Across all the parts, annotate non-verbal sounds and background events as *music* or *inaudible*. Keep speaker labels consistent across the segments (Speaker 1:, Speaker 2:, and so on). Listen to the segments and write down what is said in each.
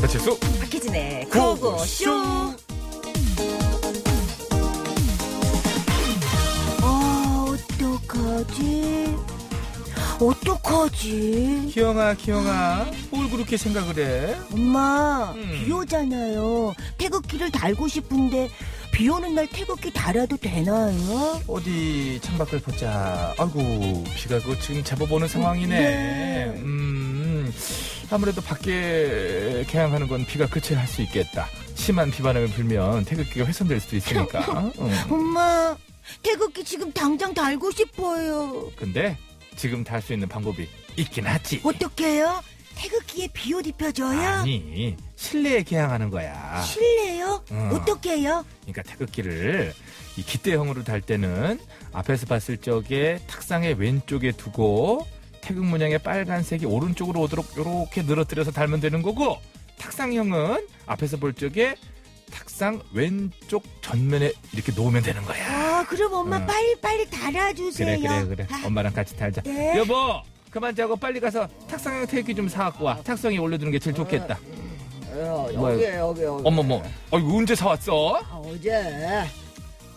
Speaker 1: 배칠수
Speaker 2: 박혜진의
Speaker 1: 고고쇼.
Speaker 2: 고고쇼.
Speaker 3: 아, 어떡하지? 어떡하지?
Speaker 1: 기영아 기영아 뭘 그렇게 생각을 해?
Speaker 3: 엄마,
Speaker 1: 음.
Speaker 3: 비 오잖아요. 태극기를 달고 싶은데, 비 오는 날 태극기 달아도 되나요?
Speaker 1: 어디 창밖을 보자. 아이고 비가 그 지금 제법 오는 상황이네.
Speaker 3: 네.
Speaker 1: 음 아무래도 밖에 개항하는 건 비가 그쳐야 할 수 있겠다. 심한 비바람이 불면 태극기가 훼손될 수도 *laughs* 있으니까. 음.
Speaker 3: 엄마, 태극기 지금 당장 달고 싶어요.
Speaker 1: 근데 지금 달 수 있는 방법이 있긴 하지.
Speaker 3: 어떡해요? 태극기에 비옷 입혀줘요?
Speaker 1: 아니 실내에 개항하는 거야.
Speaker 3: 실례요?
Speaker 1: 음.
Speaker 3: 어떡해요?
Speaker 1: 그러니까 태극기를 이 기대형으로 달 때는 앞에서 봤을 적에 탁상의 왼쪽에 두고 태극 문양의 빨간색이 오른쪽으로 오도록 이렇게 늘어뜨려서 달면 되는 거고 탁상형은 앞에서 볼 적에 탁상 왼쪽 전면에 이렇게 놓으면 되는 거야.
Speaker 3: 아, 그럼 엄마
Speaker 1: 음.
Speaker 3: 빨리빨리
Speaker 1: 그래
Speaker 3: 달아주세요.
Speaker 1: 그래 그래.
Speaker 3: 아,
Speaker 1: 엄마랑 같이 달자.
Speaker 3: 네.
Speaker 4: 예.
Speaker 1: 여보 그만 자고 빨리 가서 탁상형 태극기 좀 사갖고 와. 탁상이 올려두는 게 제일 좋겠다.
Speaker 4: 어, 여기
Speaker 1: 뭐야?
Speaker 4: 여기 여기.
Speaker 1: 어머머. 아이고 언제 사왔어?
Speaker 4: 아, 어제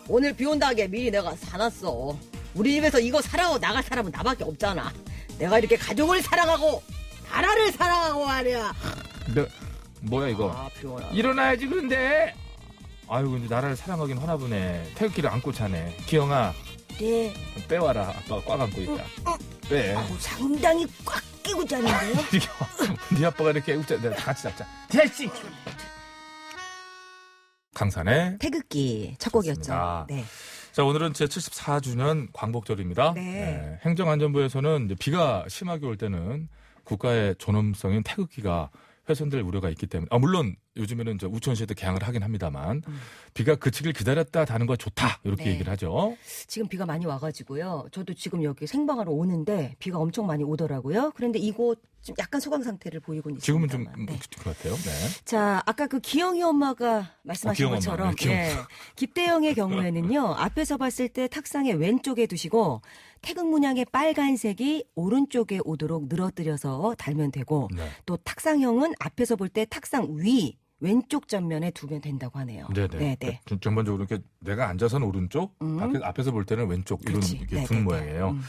Speaker 4: 오늘 비 온다게 미리 내가 사놨어. 우리 집에서 이거 사라고 나갈 사람은 나밖에 없잖아. 내가 이렇게 가족을 사랑하고 나라를 사랑하고 말이야.
Speaker 1: 너, 뭐야 이거?
Speaker 4: 아, 비 오나.
Speaker 1: 일어나야지 그런데 아이고 이제 나라를 사랑하긴 하나 보네 태극기를 안고 차네 기영아
Speaker 3: 네.
Speaker 1: 빼와라 아빠가 꽉 안고 있다
Speaker 2: 네.
Speaker 1: 빼
Speaker 3: 아우, 상당히 꽉 끼고 자는데요?
Speaker 1: 이게 네 아빠가 이렇게 웃자 내가 다 같이 잡자 대할씨 강산에
Speaker 2: *laughs* 태극기 첫 곡이었죠.
Speaker 1: 좋습니다.
Speaker 2: 네.
Speaker 1: 자 오늘은 제 74주년 광복절입니다
Speaker 2: 네.
Speaker 1: 행정안전부에서는 이제 비가 심하게 올 때는 국가의 존엄성인 태극기가 훼손될 우려가 있기 때문에 아 물론 요즘에는 이제 우천시에도 개항을 하긴 합니다만 비가 그치길 기다렸다 다는 거 좋다 이렇게
Speaker 2: 음. 네.
Speaker 1: 얘기를 하죠
Speaker 2: 지금 비가 많이 와가지고요. 저도 지금 여기 생방하러 오는데 비가 엄청 많이 오더라고요. 그런데 이곳 좀 약간 소강 상태를 보이고 있습니다.
Speaker 1: 지금은 좀
Speaker 2: 네.
Speaker 1: 그친 것 같아요. 네.
Speaker 2: 자, 아까 그 기영이 엄마가 말씀하신
Speaker 1: 어, 기영
Speaker 2: 것처럼
Speaker 1: 엄마, 네, 기영
Speaker 2: 예.
Speaker 1: *laughs*
Speaker 2: 기대형의 경우에는요. 앞에서 봤을 때 탁상의 왼쪽에 두시고 태극 문양의 빨간색이 오른쪽에 오도록 늘어뜨려서 달면 되고
Speaker 1: 네.
Speaker 2: 또 탁상형은 앞에서 볼 때 탁상 위 왼쪽 전면에 두면 된다고 어, 하네요.
Speaker 1: 네네.
Speaker 2: 네네.
Speaker 1: 전- 전반적으로 이렇게 내가 앉아서는 오른쪽,
Speaker 2: 음.
Speaker 1: 밖에, 앞에서 볼 때는 왼쪽 이런
Speaker 2: 그렇지.
Speaker 1: 이렇게
Speaker 2: 네,
Speaker 1: 둔
Speaker 2: 네, 네.
Speaker 1: 모양이에요.
Speaker 2: 음.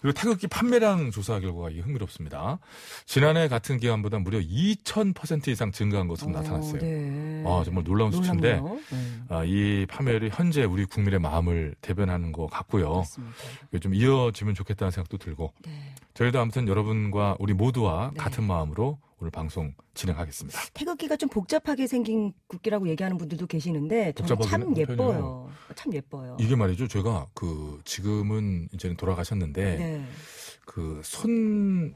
Speaker 1: 그리고 태극기 판매량 조사 결과가 이게 흥미롭습니다. 지난해 같은 기간보다 무려 2,000% 이상 증가한 것으로 나타났어요.
Speaker 2: 네.
Speaker 1: 아 정말 놀라운 수치인데
Speaker 2: 놀랍네요. 네.
Speaker 1: 아, 이 판매율이 현재 우리 국민의 마음을 대변하는 것 같고요.
Speaker 2: 맞습니다.
Speaker 1: 이게 좀 이어지면 좋겠다는 생각도 들고
Speaker 2: 네.
Speaker 1: 저희도 아무튼 여러분과 우리 모두와
Speaker 2: 네.
Speaker 1: 같은 마음으로 오늘 방송 진행하겠습니다.
Speaker 2: 태극기가 좀 복잡하게 생긴 국기라고 얘기하는 분들도 계시는데 저는
Speaker 1: 복잡하기는
Speaker 2: 참
Speaker 1: 한편이에요.
Speaker 2: 예뻐요. 참 예뻐요.
Speaker 1: 이게 말이죠. 제가 그 지금은 이제는 돌아가셨는데
Speaker 2: 네.
Speaker 1: 그 손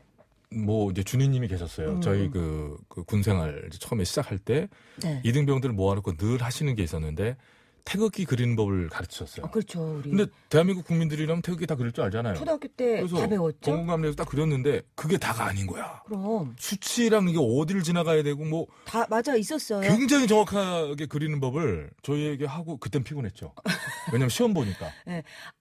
Speaker 1: 뭐 이제 주니님이 계셨어요.
Speaker 2: 음.
Speaker 1: 저희 그, 그 군생활 이제 처음에 시작할 때
Speaker 2: 네.
Speaker 1: 이등병들 을 모아놓고 늘 하시는 게 있었는데 태극기 그리는 법을 가르치셨어요.
Speaker 2: 아, 그렇죠. 우리
Speaker 1: 근데 대한민국 국민들이라면 태극기 다 그릴 줄 알잖아요.
Speaker 2: 초등학교 때
Speaker 1: 그래서
Speaker 2: 다 배웠죠.
Speaker 1: 공군감리에서 딱 그렸는데 그게 다가 아닌 거야.
Speaker 2: 그럼
Speaker 1: 수치랑 이게 어디를 지나가야 되고 뭐
Speaker 2: 다 맞아 있었어요.
Speaker 1: 굉장히 정확하게 그리는 법을 저희에게 하고 그땐 피곤했죠. 왜냐면 시험 보니까.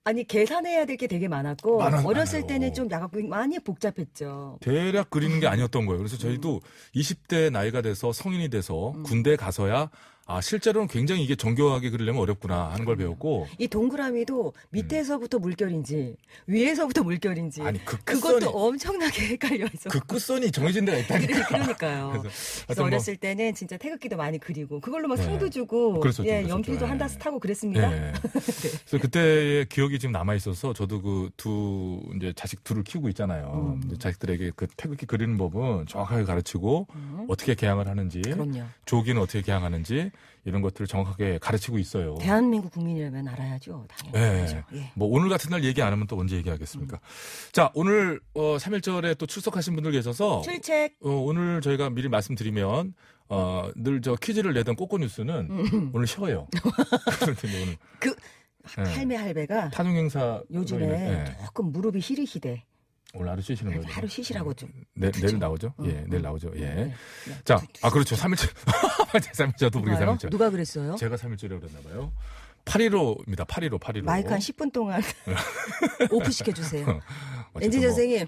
Speaker 2: 아니 계산해야 될 게 되게 많았고
Speaker 1: 많아-
Speaker 2: 어렸을
Speaker 1: 많아요.
Speaker 2: 때는 좀 약간 많이 복잡했죠.
Speaker 1: 대략 그리는 게 아니었던 거예요. 그래서 저희도 20대 나이가 돼서 성인이 돼서
Speaker 2: 음.
Speaker 1: 군대 가서야 아 실제로는 굉장히 이게 정교하게 그리려면 어렵구나 하는 걸
Speaker 2: 음.
Speaker 1: 배웠고
Speaker 2: 이 동그라미도 밑에서부터 물결인지 위에서부터 물결인지
Speaker 1: 아니 그
Speaker 2: 그것도 어-
Speaker 1: 끝선이
Speaker 2: 엄청나게 *laughs* 헷갈려 있어.
Speaker 1: 그 끝선이 정해진 데가 있다니까.
Speaker 2: 그러니까요.
Speaker 1: 그래서
Speaker 2: 그래서
Speaker 1: 하여튼 뭐
Speaker 2: 어렸을 때는 진짜 태극기도 많이 그리고 그걸로 막
Speaker 1: 네.
Speaker 2: 상도 주고
Speaker 1: 그랬었죠,
Speaker 2: 예,
Speaker 1: 그랬었죠.
Speaker 2: 연필도
Speaker 1: 예.
Speaker 2: 한 다스 타고
Speaker 1: 뭐,
Speaker 2: 그랬습니다. *laughs*
Speaker 1: 예. 그래서 그때의 기억이 지금 남아 있어서 저도 그 두 이제 자식 둘을 키우고 있잖아요.
Speaker 2: 음.
Speaker 1: 이제 자식들에게 그 태극기 그리는 법은 정확하게 가르치고
Speaker 2: 음.
Speaker 1: 어떻게 개항을 하는지
Speaker 2: 그럼요.
Speaker 1: 조기는 어떻게 개항하는지 이런 것들을 정확하게 가르치고 있어요.
Speaker 2: 대한민국 국민이라면 알아야죠, 당연히.
Speaker 1: 예.
Speaker 2: 그죠? 예.
Speaker 1: 뭐 오늘 같은 날 얘기 안 하면 또 언제 얘기하겠습니까?
Speaker 2: 음.
Speaker 1: 자, 오늘 어 3일절에 또 출석하신 분들 계셔서
Speaker 2: 출첵.
Speaker 1: 어, 오늘 저희가 미리 말씀드리면 어, 늘 저 퀴즈를 내던 꼬꼬 뉴스는
Speaker 2: 음.
Speaker 1: 오늘 쉬어요. *laughs* 그렇군요,
Speaker 2: *laughs*
Speaker 1: 오늘
Speaker 2: 그
Speaker 1: 예.
Speaker 2: 할매 할배가
Speaker 1: 탄핵 행사
Speaker 2: 요즘에
Speaker 1: 예.
Speaker 2: 조금 무릎이 희리히대.
Speaker 1: 오늘 하루 쉬시는 거예요.
Speaker 2: 하루 쉬시라고 좀.
Speaker 1: 내,
Speaker 2: 그렇죠.
Speaker 1: 내일 나오죠?
Speaker 2: 어.
Speaker 1: 예, 내일 나오죠. 예.
Speaker 2: 네.
Speaker 1: 자, 아 그렇죠. 3일절. *laughs* 제 3일절 또 모르게
Speaker 2: 누가요?
Speaker 1: 3일절.
Speaker 2: 누가 그랬어요?
Speaker 1: 제가 3일절이라고 그랬나 봐요. 815입니다. 815, 815. *laughs*
Speaker 2: *laughs* 마이크 한 10분 동안 오프 시켜주세요.
Speaker 1: 어쨌든
Speaker 2: 엔지
Speaker 1: 뭐
Speaker 2: 선생님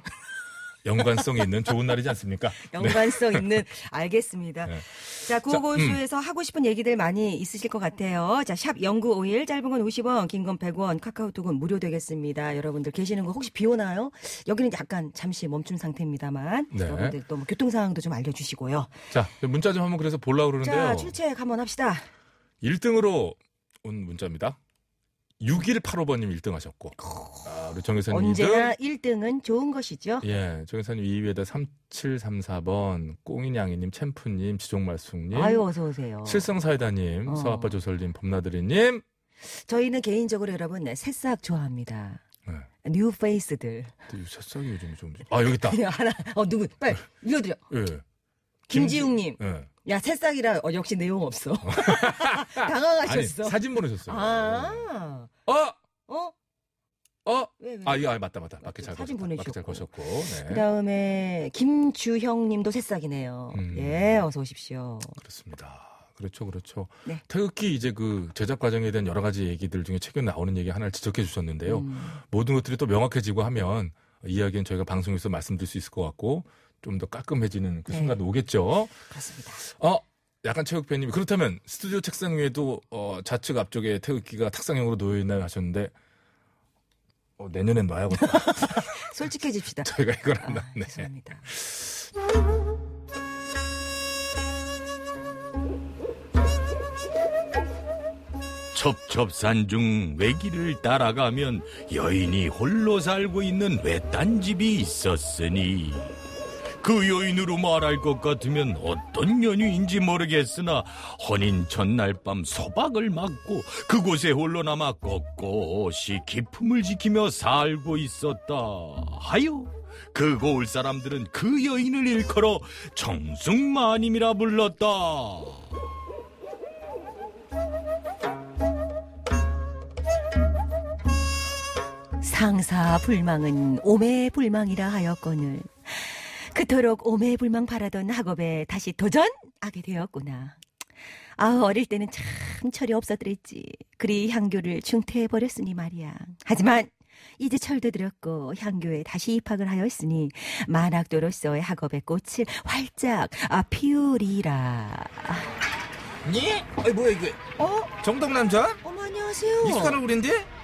Speaker 1: 연관성이 있는 좋은 날이지
Speaker 2: *laughs*
Speaker 1: 않습니까? *laughs*
Speaker 2: 연관성 있는 알겠습니다.
Speaker 1: 네.
Speaker 2: 자, 구호고수에서 하고 싶은 얘기들 많이 있으실 것 같아요. 자, 샵 0951 짧은 건 50원, 긴 건 100원, 카카오톡은 무료 되겠습니다. 여러분들 계시는 거 혹시 비 오나요? 여기는 약간 잠시 멈춘 상태입니다만
Speaker 1: 네.
Speaker 2: 여러분들 또 뭐 교통 상황도 좀 알려 주시고요.
Speaker 1: 자, 문자 좀 한번 그래서 보려고
Speaker 2: 자,
Speaker 1: 그러는데요.
Speaker 2: 출첵 한번 합시다.
Speaker 1: 1등으로 온 문자입니다. 6185번님 1등 하셨고. 아, 우리 정혜선님 2등.
Speaker 2: 어. 언제나 1등은 좋은 것이죠.
Speaker 1: 예, 정혜선님 2위에다 3734번, 꽁이냥이님, 챔프님, 지종말숙님.
Speaker 2: 아유, 어서 오세요.
Speaker 1: 예. 실성사이다님,
Speaker 2: 어.
Speaker 1: 서아빠 조설님, 봄나들이님.
Speaker 2: 저희는 개인적으로 여러분 네, 새싹 좋아합니다.
Speaker 1: 네.
Speaker 2: 뉴 페이스들. *laughs*
Speaker 1: 근데 이 새싹이 요즘 좀. 아, 여기 있다.
Speaker 2: 그냥 하나 어 누구 빨리 읽어드려.
Speaker 1: 예.
Speaker 2: 김지웅 님.
Speaker 1: 예.
Speaker 2: 야 새싹이라 어, 역시
Speaker 1: *laughs*
Speaker 2: 내용 없어.
Speaker 1: 아니,
Speaker 2: 당황하셨어.
Speaker 1: 사진 보내셨어요.
Speaker 2: 아,
Speaker 1: 어!
Speaker 2: 어?
Speaker 1: 어!
Speaker 2: 왜, 왜?
Speaker 1: 아, 이거 아, 맞다, 맞다. 밖에 잘
Speaker 2: 사진
Speaker 1: 거셨다. 밖에 잘
Speaker 2: 보내주셨고.
Speaker 1: 거셨고. 네.
Speaker 2: 그다음에 김주형 님도 새싹이네요.
Speaker 1: 음.
Speaker 2: 예, 어서 오십시오.
Speaker 1: 그렇습니다. 그렇죠, 그렇죠.
Speaker 2: 네.
Speaker 1: 태극기 이제 그 제작 과정에 대한 여러 가지 얘기들 중에 최근 나오는 얘기 하나를 지적해 주셨는데요.
Speaker 2: 음.
Speaker 1: 모든 것들이 또 명확해지고 하면 이 이야기는 저희가 방송에서 말씀드릴 수 있을 것 같고 좀 더 깔끔해지는 그
Speaker 2: 네.
Speaker 1: 순간 오겠죠.
Speaker 2: 그렇습니다.
Speaker 1: 어, 약간 체육배님 그렇다면 스튜디오 책상 위에도 어, 좌측 앞쪽에 태극기가 탁상형으로 놓여 있나요 하셨는데 어, 내년엔 놔야겠다. *laughs*
Speaker 2: 솔직해집시다.
Speaker 1: 저희가 이걸 안
Speaker 2: 아,
Speaker 1: 놨네.
Speaker 2: 죄송합니다.
Speaker 5: 첩첩산 중 외길을 따라가면 여인이 홀로 살고 있는 외딴 집이 있었으니 그 여인으로 말할 것 같으면 어떤 연유인지 모르겠으나 혼인 전날 밤 소박을 맞고 그곳에 홀로 남아 꼿꼿이 기품을 지키며 살고 있었다 하여 그 고을 사람들은 그 여인을 일컬어 정승마님이라 불렀다.
Speaker 2: 상사 불망은 오매 불망이라 하였거늘. 그토록 오매 불망 바라던 학업에 다시 도전하게 되었구나. 아 어릴 때는 참 철이 없었더랬지. 그리 향교를 중퇴해 버렸으니 말이야. 하지만 이제 철도들었고 향교에 다시 입학을 하였으니 만학도로서의 학업의 꽃을 활짝 아, 피우리라.
Speaker 1: 예? 아이 뭐야 이게? 어? 정동 남자?
Speaker 2: 어머 안녕하세요.
Speaker 1: 우린데?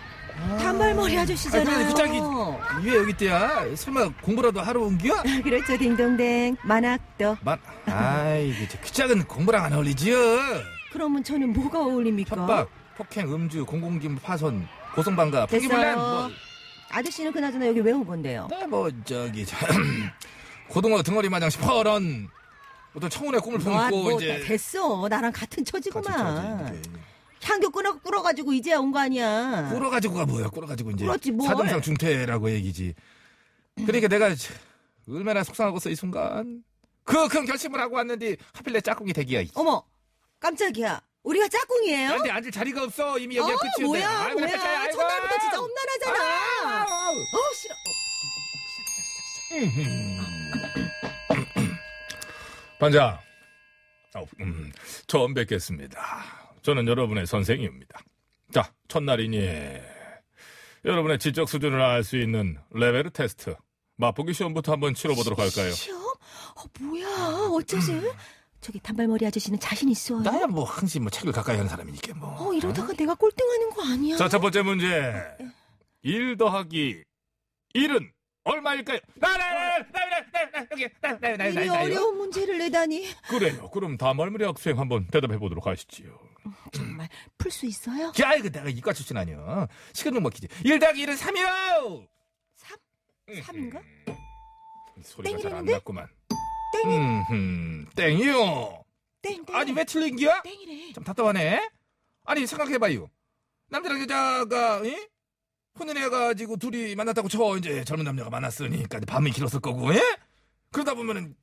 Speaker 2: 단발머리
Speaker 1: 아니,
Speaker 2: 아저씨잖아요.
Speaker 1: 아니, 그 자기- 왜 여기 때야? 설마 공부라도 하러 온 거야?
Speaker 2: 그렇죠 딩동댕 만학도.
Speaker 1: 만, 아이, 이제 그 작은 공부랑 안 어울리지요?
Speaker 2: 그러면 저는 뭐가 어울립니까?
Speaker 1: 협박, 폭행, 음주, 공공기물 파손, 고성방가,
Speaker 2: 됐어요.
Speaker 1: 포기불란, 뭐,
Speaker 2: 아저씨는 그나저나 여기 왜 온 건데요?
Speaker 1: 네, 뭐, 저기, *clears throat* 저, 고등어 등어리 마냥 시퍼런, 어떤 청혼의 꿈을
Speaker 2: 아,
Speaker 1: 품고,
Speaker 2: 뭐
Speaker 1: 이제.
Speaker 2: 다 됐어. 나랑
Speaker 1: 같이
Speaker 2: 같은 처지구만.
Speaker 1: 저기 이제
Speaker 2: 향교 끊어 끌어가지고 이제야 온 거 아니야.
Speaker 1: 꿀어가지고가 뭐야, 꿀어가지고 이제.
Speaker 2: 꿀었지, 네. 뭘.
Speaker 1: 사등상 중퇴라고 얘기지. 그러니까 내가, 저, 얼마나 속상하고서 이 순간. 그 큰 결심을 하고 왔는데, 하필 내 짝꿍이 대기야. 이
Speaker 2: 어머, 깜짝이야. 우리가 짝꿍이에요?
Speaker 1: 나한테 앉을 자리가 없어. 이미
Speaker 2: 어,
Speaker 1: 여기가 끝이었네.
Speaker 2: 뭐야,
Speaker 1: 아이고, 나 짝짝이야,
Speaker 2: 뭐야.
Speaker 1: 아이고.
Speaker 2: 첫날부터 진짜
Speaker 1: 아,
Speaker 2: 험난하잖아.
Speaker 1: 아우.
Speaker 2: 어, 싫어.
Speaker 1: 반장, 아우, 음, 처음 뵙겠습니다. 저는 여러분의 선생입니다. 자, 첫날이니 여러분의 지적 수준을 알 수 있는 레벨 테스트 맛보기 시험부터 한번 치러보도록 할까요?
Speaker 2: 시험? 어, 뭐야. 어쩌지? 저기 단발머리 아저씨는 자신 있어요?
Speaker 1: 나야 뭐 항상 뭐 책을 가까이 하는 사람이니까 뭐.
Speaker 2: 어, 이러다가 내가 꼴등하는 거 아니야?
Speaker 1: 자, 첫 번째 문제. 1 더하기 1은 얼마일까요?
Speaker 2: 이리 어려운 문제를 내다니.
Speaker 1: 그래요. 그럼 다말머리 학생 한번 대답해 보도록 하시지요.
Speaker 2: 정말 풀 수 있어요?
Speaker 1: 자, 이거 내가 이과 출신 아니야. 시간 좀 먹히지. 1 더하기 1은 3이요!
Speaker 2: 3? 3인가?
Speaker 1: 음, 소리가 잘 안
Speaker 2: 음. 땡이랬는데?
Speaker 1: 났구만. 땡이. 땡이요.
Speaker 2: 땡, 땡.
Speaker 1: 아니 왜 틀린 거야?
Speaker 2: 땡이래.
Speaker 1: 참 답답하네. 아니 생각해봐요. 남자랑 여자가 예? 혼인해가지고 둘이 만났다고 쳐 이제 젊은 남녀가 만났으니까 이제 밤이 길었을 거고. 예? 그러다 보면은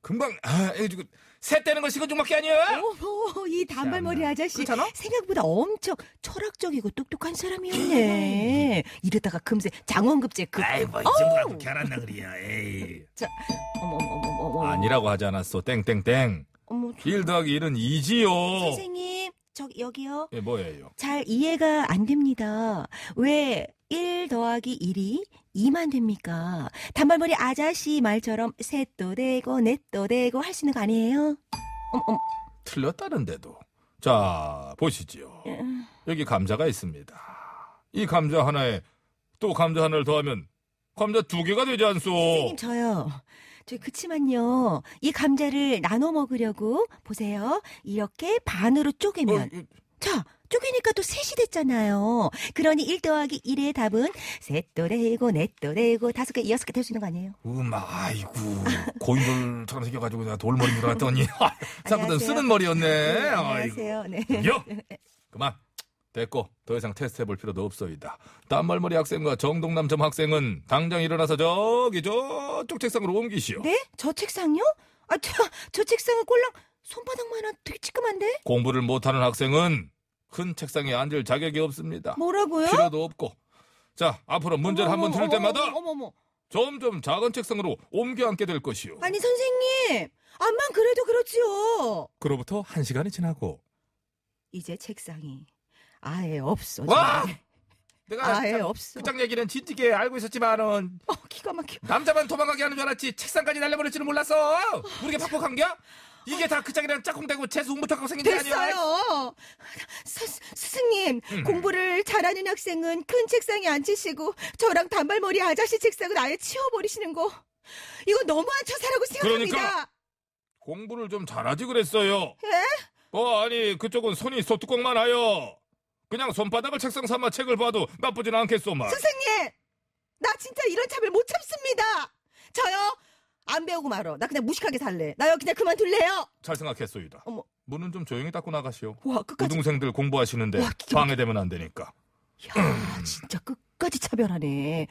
Speaker 1: 금방 아, 해가지고 셋 되는 건 시간중밖에 아니야.
Speaker 2: 어머, 이 단발머리
Speaker 1: 참나.
Speaker 2: 아저씨
Speaker 1: 그렇잖아?
Speaker 2: 생각보다 엄청 철학적이고 똑똑한 사람이었네. 이러다가 금세 장원급제 급.
Speaker 1: 음. 아이고 이 정도가 그렇게 알았나 그리야. 에이.
Speaker 2: 어머 어머 어머 어머.
Speaker 1: 아니라고 하지 않았어. 땡땡땡.
Speaker 2: 어머
Speaker 1: 어. 1 더하기 1은 2지요.
Speaker 2: 선생님 저 여기요.
Speaker 1: 예, 뭐예요?
Speaker 2: 잘 이해가 안 됩니다. 왜 1 더하기 1이 2만 됩니까? 단발머리 아저씨 말처럼 셋도 되고 넷도 되고 할 수 있는 거 아니에요? 어머, 어머,
Speaker 1: 틀렸다는데도. 자, 보시지요.
Speaker 2: 음.
Speaker 1: 여기 감자가 있습니다. 이 감자 하나에 또 감자 하나를 더하면 감자 두 개가 되지 않소?
Speaker 2: 선생님 저요. 저 그치만요. 이 감자를 나눠 먹으려고 보세요. 이렇게 반으로
Speaker 1: 어,
Speaker 2: 쪼개면 자, 쪼개니까 또 셋이 됐잖아요. 그러니 1 더하기 1의 답은 셋도 되고 넷도 되고 다섯 개 여섯 개 될 수 있는 거 아니에요?
Speaker 1: 음마, 아이고. 고인돌처럼 생겨가지고 내가 돌머리 줄 알았더니. *laughs* 자꾸든
Speaker 2: 안녕하세요.
Speaker 1: 쓰는 머리였네.
Speaker 2: 네,
Speaker 1: 아이고. 음.
Speaker 2: 안녕하세요. 네.
Speaker 1: 여! 그만. 됐고, 더 이상 테스트 해볼 필요도 없어이다. 딴말머리 학생과 정동남 점 학생은 당장 일어나서 저기 저쪽 책상으로 옮기시오.
Speaker 2: 네? 저 책상요? 아, 저, 저 책상은 꼴랑 손바닥만한 되게 찌끄만데?
Speaker 1: 공부를 못하는 학생은 큰 책상에 앉을 자격이 없습니다.
Speaker 2: 뭐라고요?
Speaker 1: 필요도 없고. 자, 앞으로 문제를 한 번
Speaker 2: 어머,
Speaker 1: 틀 때마다
Speaker 2: 어머, 어머, 어머.
Speaker 1: 점점 작은 책상으로 옮겨 앉게 될 것이오.
Speaker 2: 아니, 선생님! 암만 그래도 그렇지요!
Speaker 1: 그로부터 한 시간이 지나고
Speaker 2: 이제 책상이 아예 없어.
Speaker 1: 와!
Speaker 2: 정말.
Speaker 1: 내가
Speaker 2: 아예
Speaker 1: 참
Speaker 2: 없어.
Speaker 1: 극장 얘기는 진지게 알고 있었지만은
Speaker 2: 어, 기가 막혀.
Speaker 1: 남자만 도망가게 하는 줄 알았지 책상까지 날려버릴 줄은 몰랐어.
Speaker 2: 아,
Speaker 1: 모르게 팍팍한 게 이게 다그 극장이랑 짝꿍되고 재수 못하고 생긴 게 아니야.
Speaker 2: 됐어요. 스, 스승님,
Speaker 1: 음.
Speaker 2: 공부를 잘하는 학생은 큰 책상에 앉히시고 저랑 단발머리 아저씨 책상은 아예 치워버리시는 거 이거 너무한 처사라고 생각합니다.
Speaker 1: 그러니까. 공부를 좀 잘하지 그랬어요.
Speaker 2: 예?
Speaker 1: 어 아니 그쪽은 손이 소뚜껑만 하여 그냥 손바닥을 책상 삼아 책을 봐도 나쁘진 않겠소만.
Speaker 2: 선생님, 나 진짜 이런 참을 못 참습니다. 저요 안 배우고 말어. 나 그냥 무식하게 살래. 나요 그냥 그만둘래요.
Speaker 1: 잘 생각했소이다.
Speaker 2: 어머.
Speaker 1: 문은 좀 조용히 닫고 나가시오.
Speaker 2: 와 끝까지.
Speaker 1: 우등생들 공부하시는데
Speaker 2: 와, 기가
Speaker 1: 방해되면 안 되니까.
Speaker 2: 야 진짜 끝까지 차별하네.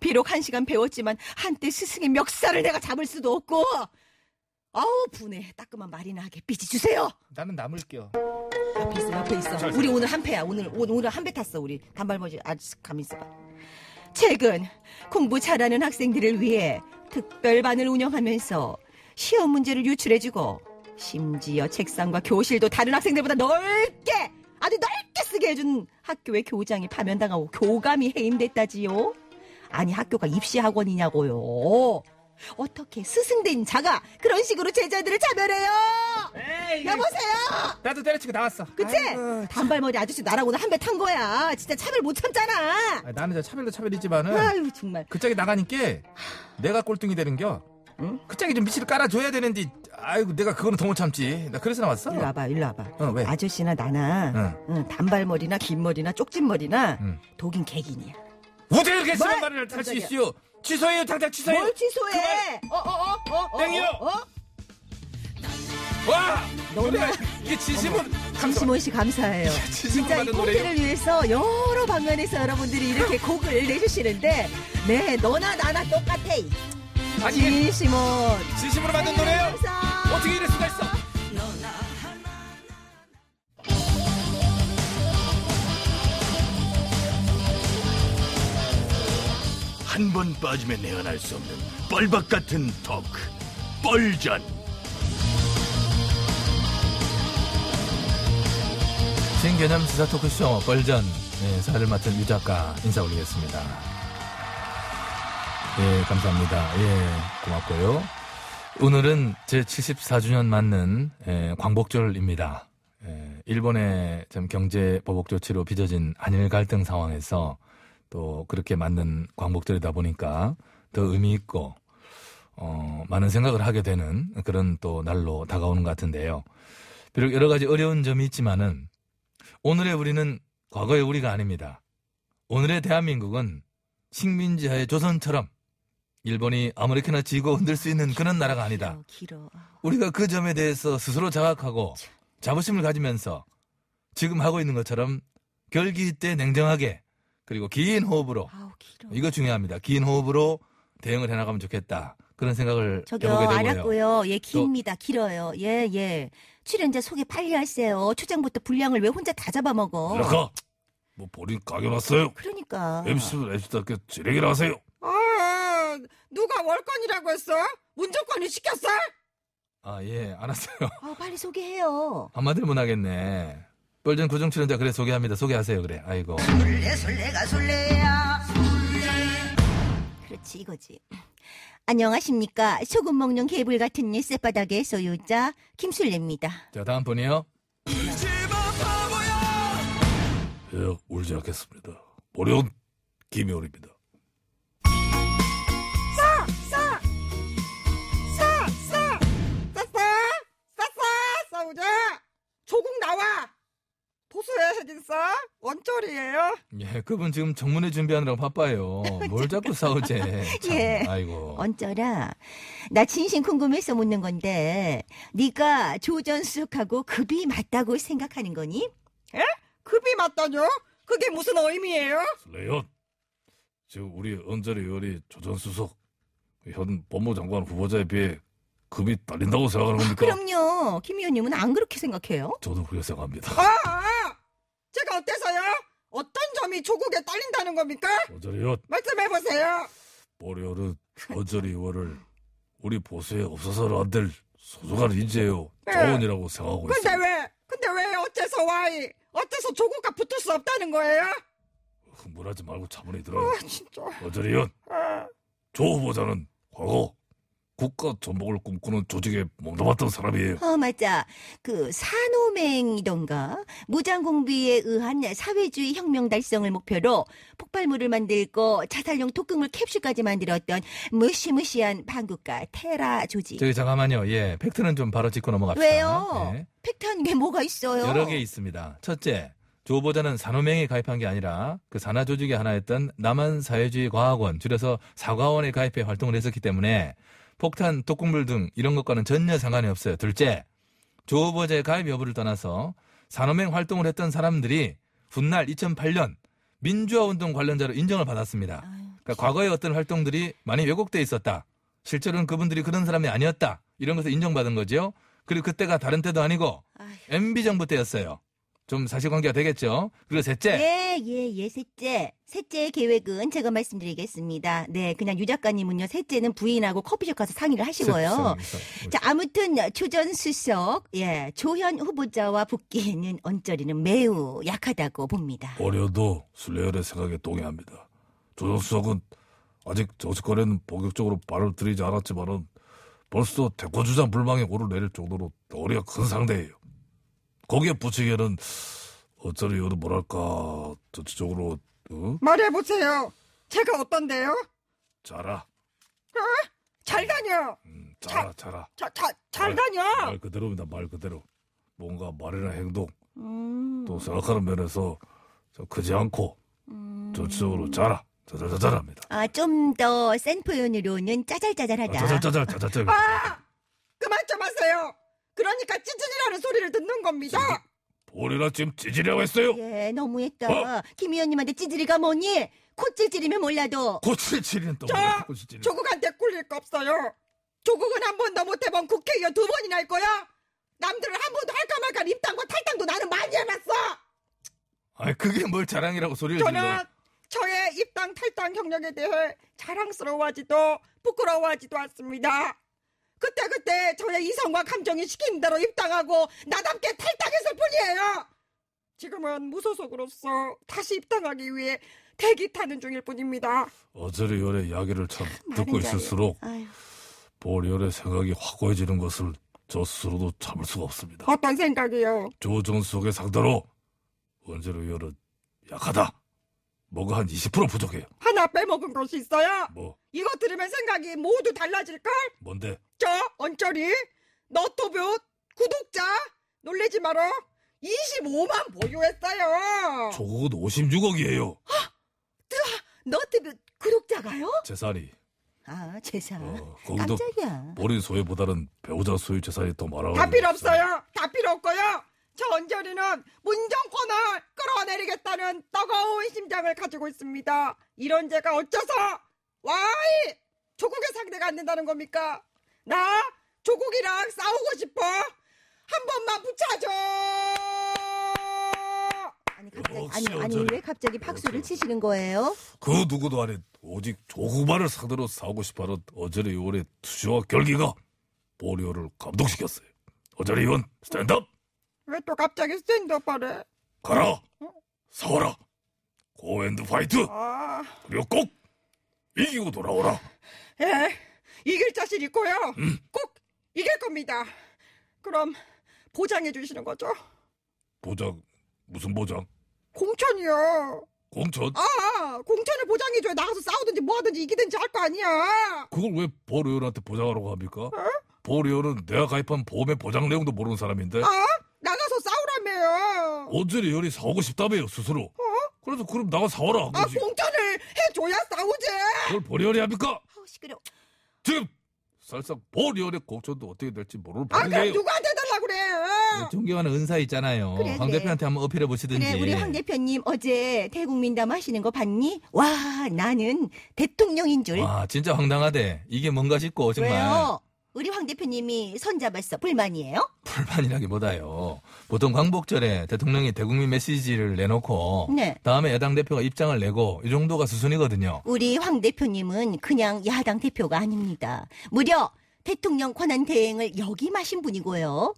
Speaker 2: 비록 한 시간 배웠지만 한때 스승의 멱살을 내가 잡을 수도 없고. 아우 분해. 따끔한 말이나 하게 삐지 주세요.
Speaker 1: 나는 남을게요.
Speaker 2: 앞에 있어, 앞에 있어.
Speaker 1: 잘
Speaker 2: 우리
Speaker 1: 생각해.
Speaker 2: 오늘 한 패야. 오늘 오- 오늘 한 패 탔어. 우리 단발머지 아직 감 있어. 최근 공부 잘하는 학생들을 위해 특별반을 운영하면서 시험 문제를 유출해주고 심지어 책상과 교실도 다른 학생들보다 넓게 아주 넓게 쓰게 해준 학교의 교장이 파면당하고 교감이 해임됐다지요. 아니 학교가 입시 학원이냐고요. 어떻게 스승된 자가 그런 식으로 제자들을 차별해요? 여보세요.
Speaker 1: 나도 때려치고 나왔어.
Speaker 2: 그치?
Speaker 1: 아이고,
Speaker 2: 단발머리 아저씨 나라고 나 한 배 탄 거야. 진짜 차별 못 참잖아.
Speaker 1: 아, 나는 저 차별도 차별이지만은
Speaker 2: 아유 정말.
Speaker 1: 그 짝이 나가니까 내가 꼴등이 되는겨.
Speaker 2: 응?
Speaker 1: 그 짝이 좀 미치를 깔아줘야 되는데 아이고 내가 그거는 더 못 참지. 나 그래서 나왔어.
Speaker 2: 일로 와봐, 일로 와봐.
Speaker 1: 어 왜?
Speaker 2: 아저씨나 나나
Speaker 1: 응.
Speaker 2: 응, 단발머리나 긴 머리나 쪽진 머리나
Speaker 1: 응.
Speaker 2: 독인 객인이야.
Speaker 1: 어떻게 이렇게 쓰는
Speaker 2: 뭘?
Speaker 1: 말을 할수
Speaker 2: 깜짝이야.
Speaker 1: 있어요? 취소해요 당장 취소해요.
Speaker 2: 뭘 취소해? 네. 어어어어
Speaker 1: 땡이요! 와 노래 이게 진심은 감동.
Speaker 2: 김시몬 씨 감사해요.
Speaker 1: 진심으로
Speaker 2: 진짜 이
Speaker 1: 만든 노래예요? 아.
Speaker 2: 꽁트를 위해서 여러 방면에서 여러분들이 이렇게 곡을 내주시는데 네 너나 나나 똑같아.
Speaker 1: 아니 이게
Speaker 2: 김시몬
Speaker 1: 진심으로 만든 노래예요?
Speaker 2: 감사.
Speaker 1: 어떻게 이럴 수가 있어?
Speaker 5: 한 번 빠지면 내안할 수 없는 뻘박 같은 토크 뻘전
Speaker 1: 신개념 시사 토크쇼 뻘전 예, 사를 맡은 유 작가 인사 올리겠습니다. 예, 감사합니다. 예, 고맙고요. 오늘은 제 74주년 맞는 예, 광복절입니다. 예, 일본의 참 경제 보복 조치로 빚어진 한일 갈등 상황에서 또 그렇게 맞는 광복절이다 보니까 더 의미 있고 어, 많은 생각을 하게 되는 그런 또 날로 다가오는 것 같은데요. 비록 여러 가지 어려운 점이 있지만은 오늘의 우리는 과거의 우리가 아닙니다. 오늘의 대한민국은 식민지하의 조선처럼 일본이 아무렇게나 지고 흔들 수 있는 그런 나라가 아니다.
Speaker 2: 길어.
Speaker 1: 우리가 그 점에 대해서 스스로 자각하고 자부심을 가지면서 지금 하고 있는 것처럼 결기 때 냉정하게 그리고 긴 호흡으로
Speaker 2: 아우 길어.
Speaker 1: 이거 중요합니다. 긴 호흡으로 대응을 해나가면 좋겠다. 그런 생각을
Speaker 2: 저기요,
Speaker 1: 해보게 되고요.
Speaker 2: 알았고요. 예, 깁니다. 길어요. 예, 예. 출연자 소개 빨리 하세요. 초장부터 분량을 왜 혼자 다 잡아먹어?
Speaker 1: 이라카 뭐 버린 가겨놨어요.
Speaker 2: 그러니까.
Speaker 1: MC들 MC답게 지레기라 하세요.
Speaker 6: 아, 누가 월권이라고 했어? 문조권이 시켰어?
Speaker 1: 아 예 알았어요. *laughs*
Speaker 2: 아, 빨리 소개해요.
Speaker 1: 한마디를 못 하겠네. 뻘전 고정 출연자 그래 소개합니다. 소개하세요 그래. 아이고.
Speaker 7: 술래 술래가 술래야
Speaker 2: 그렇지 이거지. 안녕하십니까. 소금 먹는 개불 같은 일 쌔바닥의 소유자 김술래입니다.
Speaker 1: 자 다음 분이요. 예, 울지 않겠습니다. 보령 김효리입니다.
Speaker 4: 싸싸! 싸싸! 싸우자! 조국 나와! 보수의 핵인싸 원철이에요.
Speaker 1: 예, 그분 지금 정문회 준비하느라 바빠요. *laughs* 뭘 자꾸 싸우제. 참,
Speaker 2: 예.
Speaker 1: 아이고.
Speaker 2: 언쩌라. 나 진심 궁금해서 묻는 건데 네가 조전숙하고 급이 맞다고 생각하는 거니?
Speaker 4: 급이 맞다뇨? 그게 무슨 의미예요?
Speaker 1: 레이언, 지금 우리 언저리 의원이 조전수석 현 법무장관 후보자에 비해 급이 딸린다고
Speaker 5: 아,
Speaker 1: 생각하는 겁니까?
Speaker 2: 그럼요. 김 의원님은 안 그렇게 생각해요?
Speaker 1: 저도 그렇게 생각합니다.
Speaker 4: 아, 아! 제가 어때서요? 어떤 점이 조국에 딸린다는 겁니까?
Speaker 1: 언저리 의원,
Speaker 4: 말씀해보세요.
Speaker 1: 보려는 언저리 의원을 우리 보수에 없어서는 안 될 소중한 인재요.
Speaker 5: 네.
Speaker 1: 조언이라고 생각하고
Speaker 4: 근데
Speaker 1: 있습니다.
Speaker 4: 왜? 근데 왜 어째서 와이? 어째서 조국과 붙을 수 없다는 거예요?
Speaker 1: 흥분하지 말고 차분히 들어요.
Speaker 4: 아 진짜.
Speaker 1: 언저리 의원,
Speaker 4: 아,
Speaker 1: 조 후보자는 과거 국가 전복을 꿈꾸는 조직에 몸담았던 사람이에요.
Speaker 2: 어, 맞아. 그 산호맹이던가 무장공비에 의한 사회주의 혁명 달성을 목표로 폭발물을 만들고 자살용 독극물 캡슐까지 만들었던 무시무시한 반국가 테라 조직.
Speaker 1: 저기 잠깐만요. 예, 팩트는 좀 바로 짚고 넘어갑시다.
Speaker 2: 왜요?
Speaker 1: 예.
Speaker 2: 팩트한 게 뭐가 있어요?
Speaker 1: 여러 개 있습니다. 첫째, 조 후보자는 산호맹에 가입한 게 아니라 그 산하 조직의 하나였던 남한 사회주의 과학원, 줄여서 사과원에 가입해 활동을 했었기 때문에 폭탄, 독극물 등 이런 것과는 전혀 상관이 없어요. 둘째, 조 후보자의 가입 여부를 떠나서 산호맹 활동을 했던 사람들이 훗날 2008년 민주화 운동 관련자로 인정을 받았습니다. 그러니까 과거의 어떤 활동들이 많이 왜곡돼 있었다. 실제로는 그분들이 그런 사람이 아니었다. 이런 것을 인정받은 거죠. 그리고 그때가 다른 때도 아니고
Speaker 2: 아휴.
Speaker 1: MB 정부 때였어요. 좀 사실관계가 되겠죠. 그리고 셋째,
Speaker 2: 예, 예, 예, 셋째. 셋째의 계획은 제가 말씀드리겠습니다. 네, 그냥 유 작가님은요, 셋째는 부인하고 커피숍 가서 상의를 하시고요. 자, 아무튼 조전 수석, 예, 조현 후보자와 붙기에는 언저리는 매우 약하다고 봅니다.
Speaker 5: 어려도 술래열의 생각에 동의합니다. 조정수석은 아직 정치권에는 본격적으로 발을 들이지 않았지만은 벌써 대권주장 불망에 오르내릴 정도로 어리가 큰 상대예요. 거기에 붙이기에는 어쩌리 의원은 뭐랄까 전체적으로 어?
Speaker 4: 말해보세요. 제가 어떤데요?
Speaker 5: 자라
Speaker 4: 잘 다녀.
Speaker 5: 음, 자라 자라
Speaker 4: 자, 자, 잘
Speaker 5: 아이,
Speaker 4: 다녀.
Speaker 5: 말 그대로입니다 말 그대로 뭔가 말이나 행동
Speaker 2: 음,
Speaker 5: 또 생각하는 면에서 저 크지 않고 전체적으로 자라 자잘자잘합니다.
Speaker 2: 아, 좀 더 센 표현으로는 짜잘짜잘하다.
Speaker 5: 자잘자잘 자잘자잘
Speaker 4: 아! 그만 좀 하세요. 그러니까 찌질이라는 소리를 듣는 겁니다.
Speaker 5: 볼이나 지금 찢으려고 했어요.
Speaker 2: 예, 너무했다. 김 의원님한테 찌질이가 뭐니? 콧질질이면 몰라도.
Speaker 5: 고칠 치리는 또
Speaker 4: 저-
Speaker 5: 뭐야, 고칠 치리는.
Speaker 4: 조국한테 꿀릴 거 없어요. 조국은 한 번도 못해본 국회의원 두 번이나 할 거야. 남들은 한 번도 할까 말까 입당과 탈당도 나는 많이 해봤어.
Speaker 1: 아니 그게 뭘 자랑이라고 소리를 질러?
Speaker 4: 저는 저의 입당 탈당 경력에 대해 자랑스러워하지도 부끄러워하지도 않습니다. 그때그때 저의 이성과 감정이 시키는 대로 입당하고 나답게 탈당했을 뿐이에요. 지금은 무소속으로서 다시 입당하기 위해 대기 타는 중일 뿐입니다.
Speaker 5: 어제의 열의 이야기를 참
Speaker 2: 많은
Speaker 5: 듣고
Speaker 2: 자리.
Speaker 5: 있을수록
Speaker 2: 아유,
Speaker 5: 볼 열의 생각이 확고해지는 것을 저 스스로도 참을 수가 없습니다.
Speaker 4: 어떤 생각이요?
Speaker 5: 조전 속의 상대로 원재료 열은 약하다. 뭔가 한 20% 부족해요.
Speaker 4: 하나 빼먹은 것이 있어요?
Speaker 5: 뭐
Speaker 4: 이거 들으면 생각이 모두 달라질걸?
Speaker 5: 뭔데?
Speaker 4: 저 언저리 너토뷰 구독자 놀래지 마라 25만 보유했어요
Speaker 5: 조국은 56억이에요.
Speaker 4: 너토뷰 구독자가요?
Speaker 5: 재산이
Speaker 2: 아, 재산.
Speaker 5: 어, 거기도
Speaker 2: 깜짝이야.
Speaker 5: 본인 소유보다는 배우자 소유 재산이 더 많아.
Speaker 4: 다 필요 없어요 다 필요 없고요 저 언저리는 문정권을 끌어내리겠다는 뜨거운 심장을 가지고 있습니다 이런 제가 어째서 와이 조국의 상대가 안 된다는 겁니까? 나 조국이랑 싸우고 싶어 한 번만 붙여줘
Speaker 2: 아니, 갑자기,
Speaker 5: 역시
Speaker 2: 아니, 아니,
Speaker 5: 언저리.
Speaker 2: 왜 갑자기 박수를
Speaker 5: 역시.
Speaker 2: 치시는 거예요?
Speaker 5: 그 누구도 아닌 오직 조국만을 상대로 싸우고 싶어하는 어제의 의원의 투지와 결기가 보리오를 감동시켰어요. 어제의 의원 스탠드업!
Speaker 4: 왜 또 갑자기 스탠드업 하래?
Speaker 5: 가라 싸워라 고엔드 파이트
Speaker 4: 아,
Speaker 5: 그리고 꼭 이기고 돌아오라
Speaker 4: 예, 이길 자신 있고요. 꼭 이길 겁니다. 그럼 보장해 주시는 거죠?
Speaker 5: 보장 무슨 보장
Speaker 4: 공천이요.
Speaker 5: 공천
Speaker 4: 아, 공천을 보장해줘야 나가서 싸우든지 뭐하든지 이기든지 할 거 아니야.
Speaker 5: 그걸 왜 보리온한테 보장하라고
Speaker 2: 어?
Speaker 5: 합니까 보리온은 내가 가입한 보험의 보장 내용도 모르는 사람인데
Speaker 4: 아, 나가서 싸우라며요.
Speaker 5: 온전히 열이 사오고 싶다며요 스스로 그래서 그럼 나가 사와라
Speaker 4: 아,
Speaker 5: 그러지
Speaker 4: 공천을 해줘야 싸우지.
Speaker 5: 그걸 보리온이 합니까
Speaker 2: 아우 시끄러워.
Speaker 5: 지금 살상 보리온의 공천도 어떻게 될지
Speaker 4: 아,
Speaker 5: 모르는
Speaker 2: 그러니까
Speaker 4: 그럼
Speaker 5: 판이에요
Speaker 4: 누구한테 달라 그래?
Speaker 1: 존경하는 은사 있잖아요.
Speaker 2: 그래,
Speaker 1: 황
Speaker 2: 그래.
Speaker 1: 대표한테 한번 어필해 보시든지.
Speaker 2: 그래 우리 황 대표님 어제 태국민담 하시는 거 봤니? 와 나는 대통령인 줄.
Speaker 1: 와 진짜 황당하대. 이게 뭔가 싶고 정말
Speaker 2: 왜요? 우리 황 대표님이 손 잡았어 불만이에요?
Speaker 1: 불만이라기보다요. 보통 광복절에 대통령이 대국민 메시지를 내놓고
Speaker 2: 네.
Speaker 1: 다음에 여당 대표가 입장을 내고 이 정도가 수순이거든요.
Speaker 2: 우리 황 대표님은 그냥 야당 대표가 아닙니다. 무려 대통령 권한대행을 역임하신 분이고요.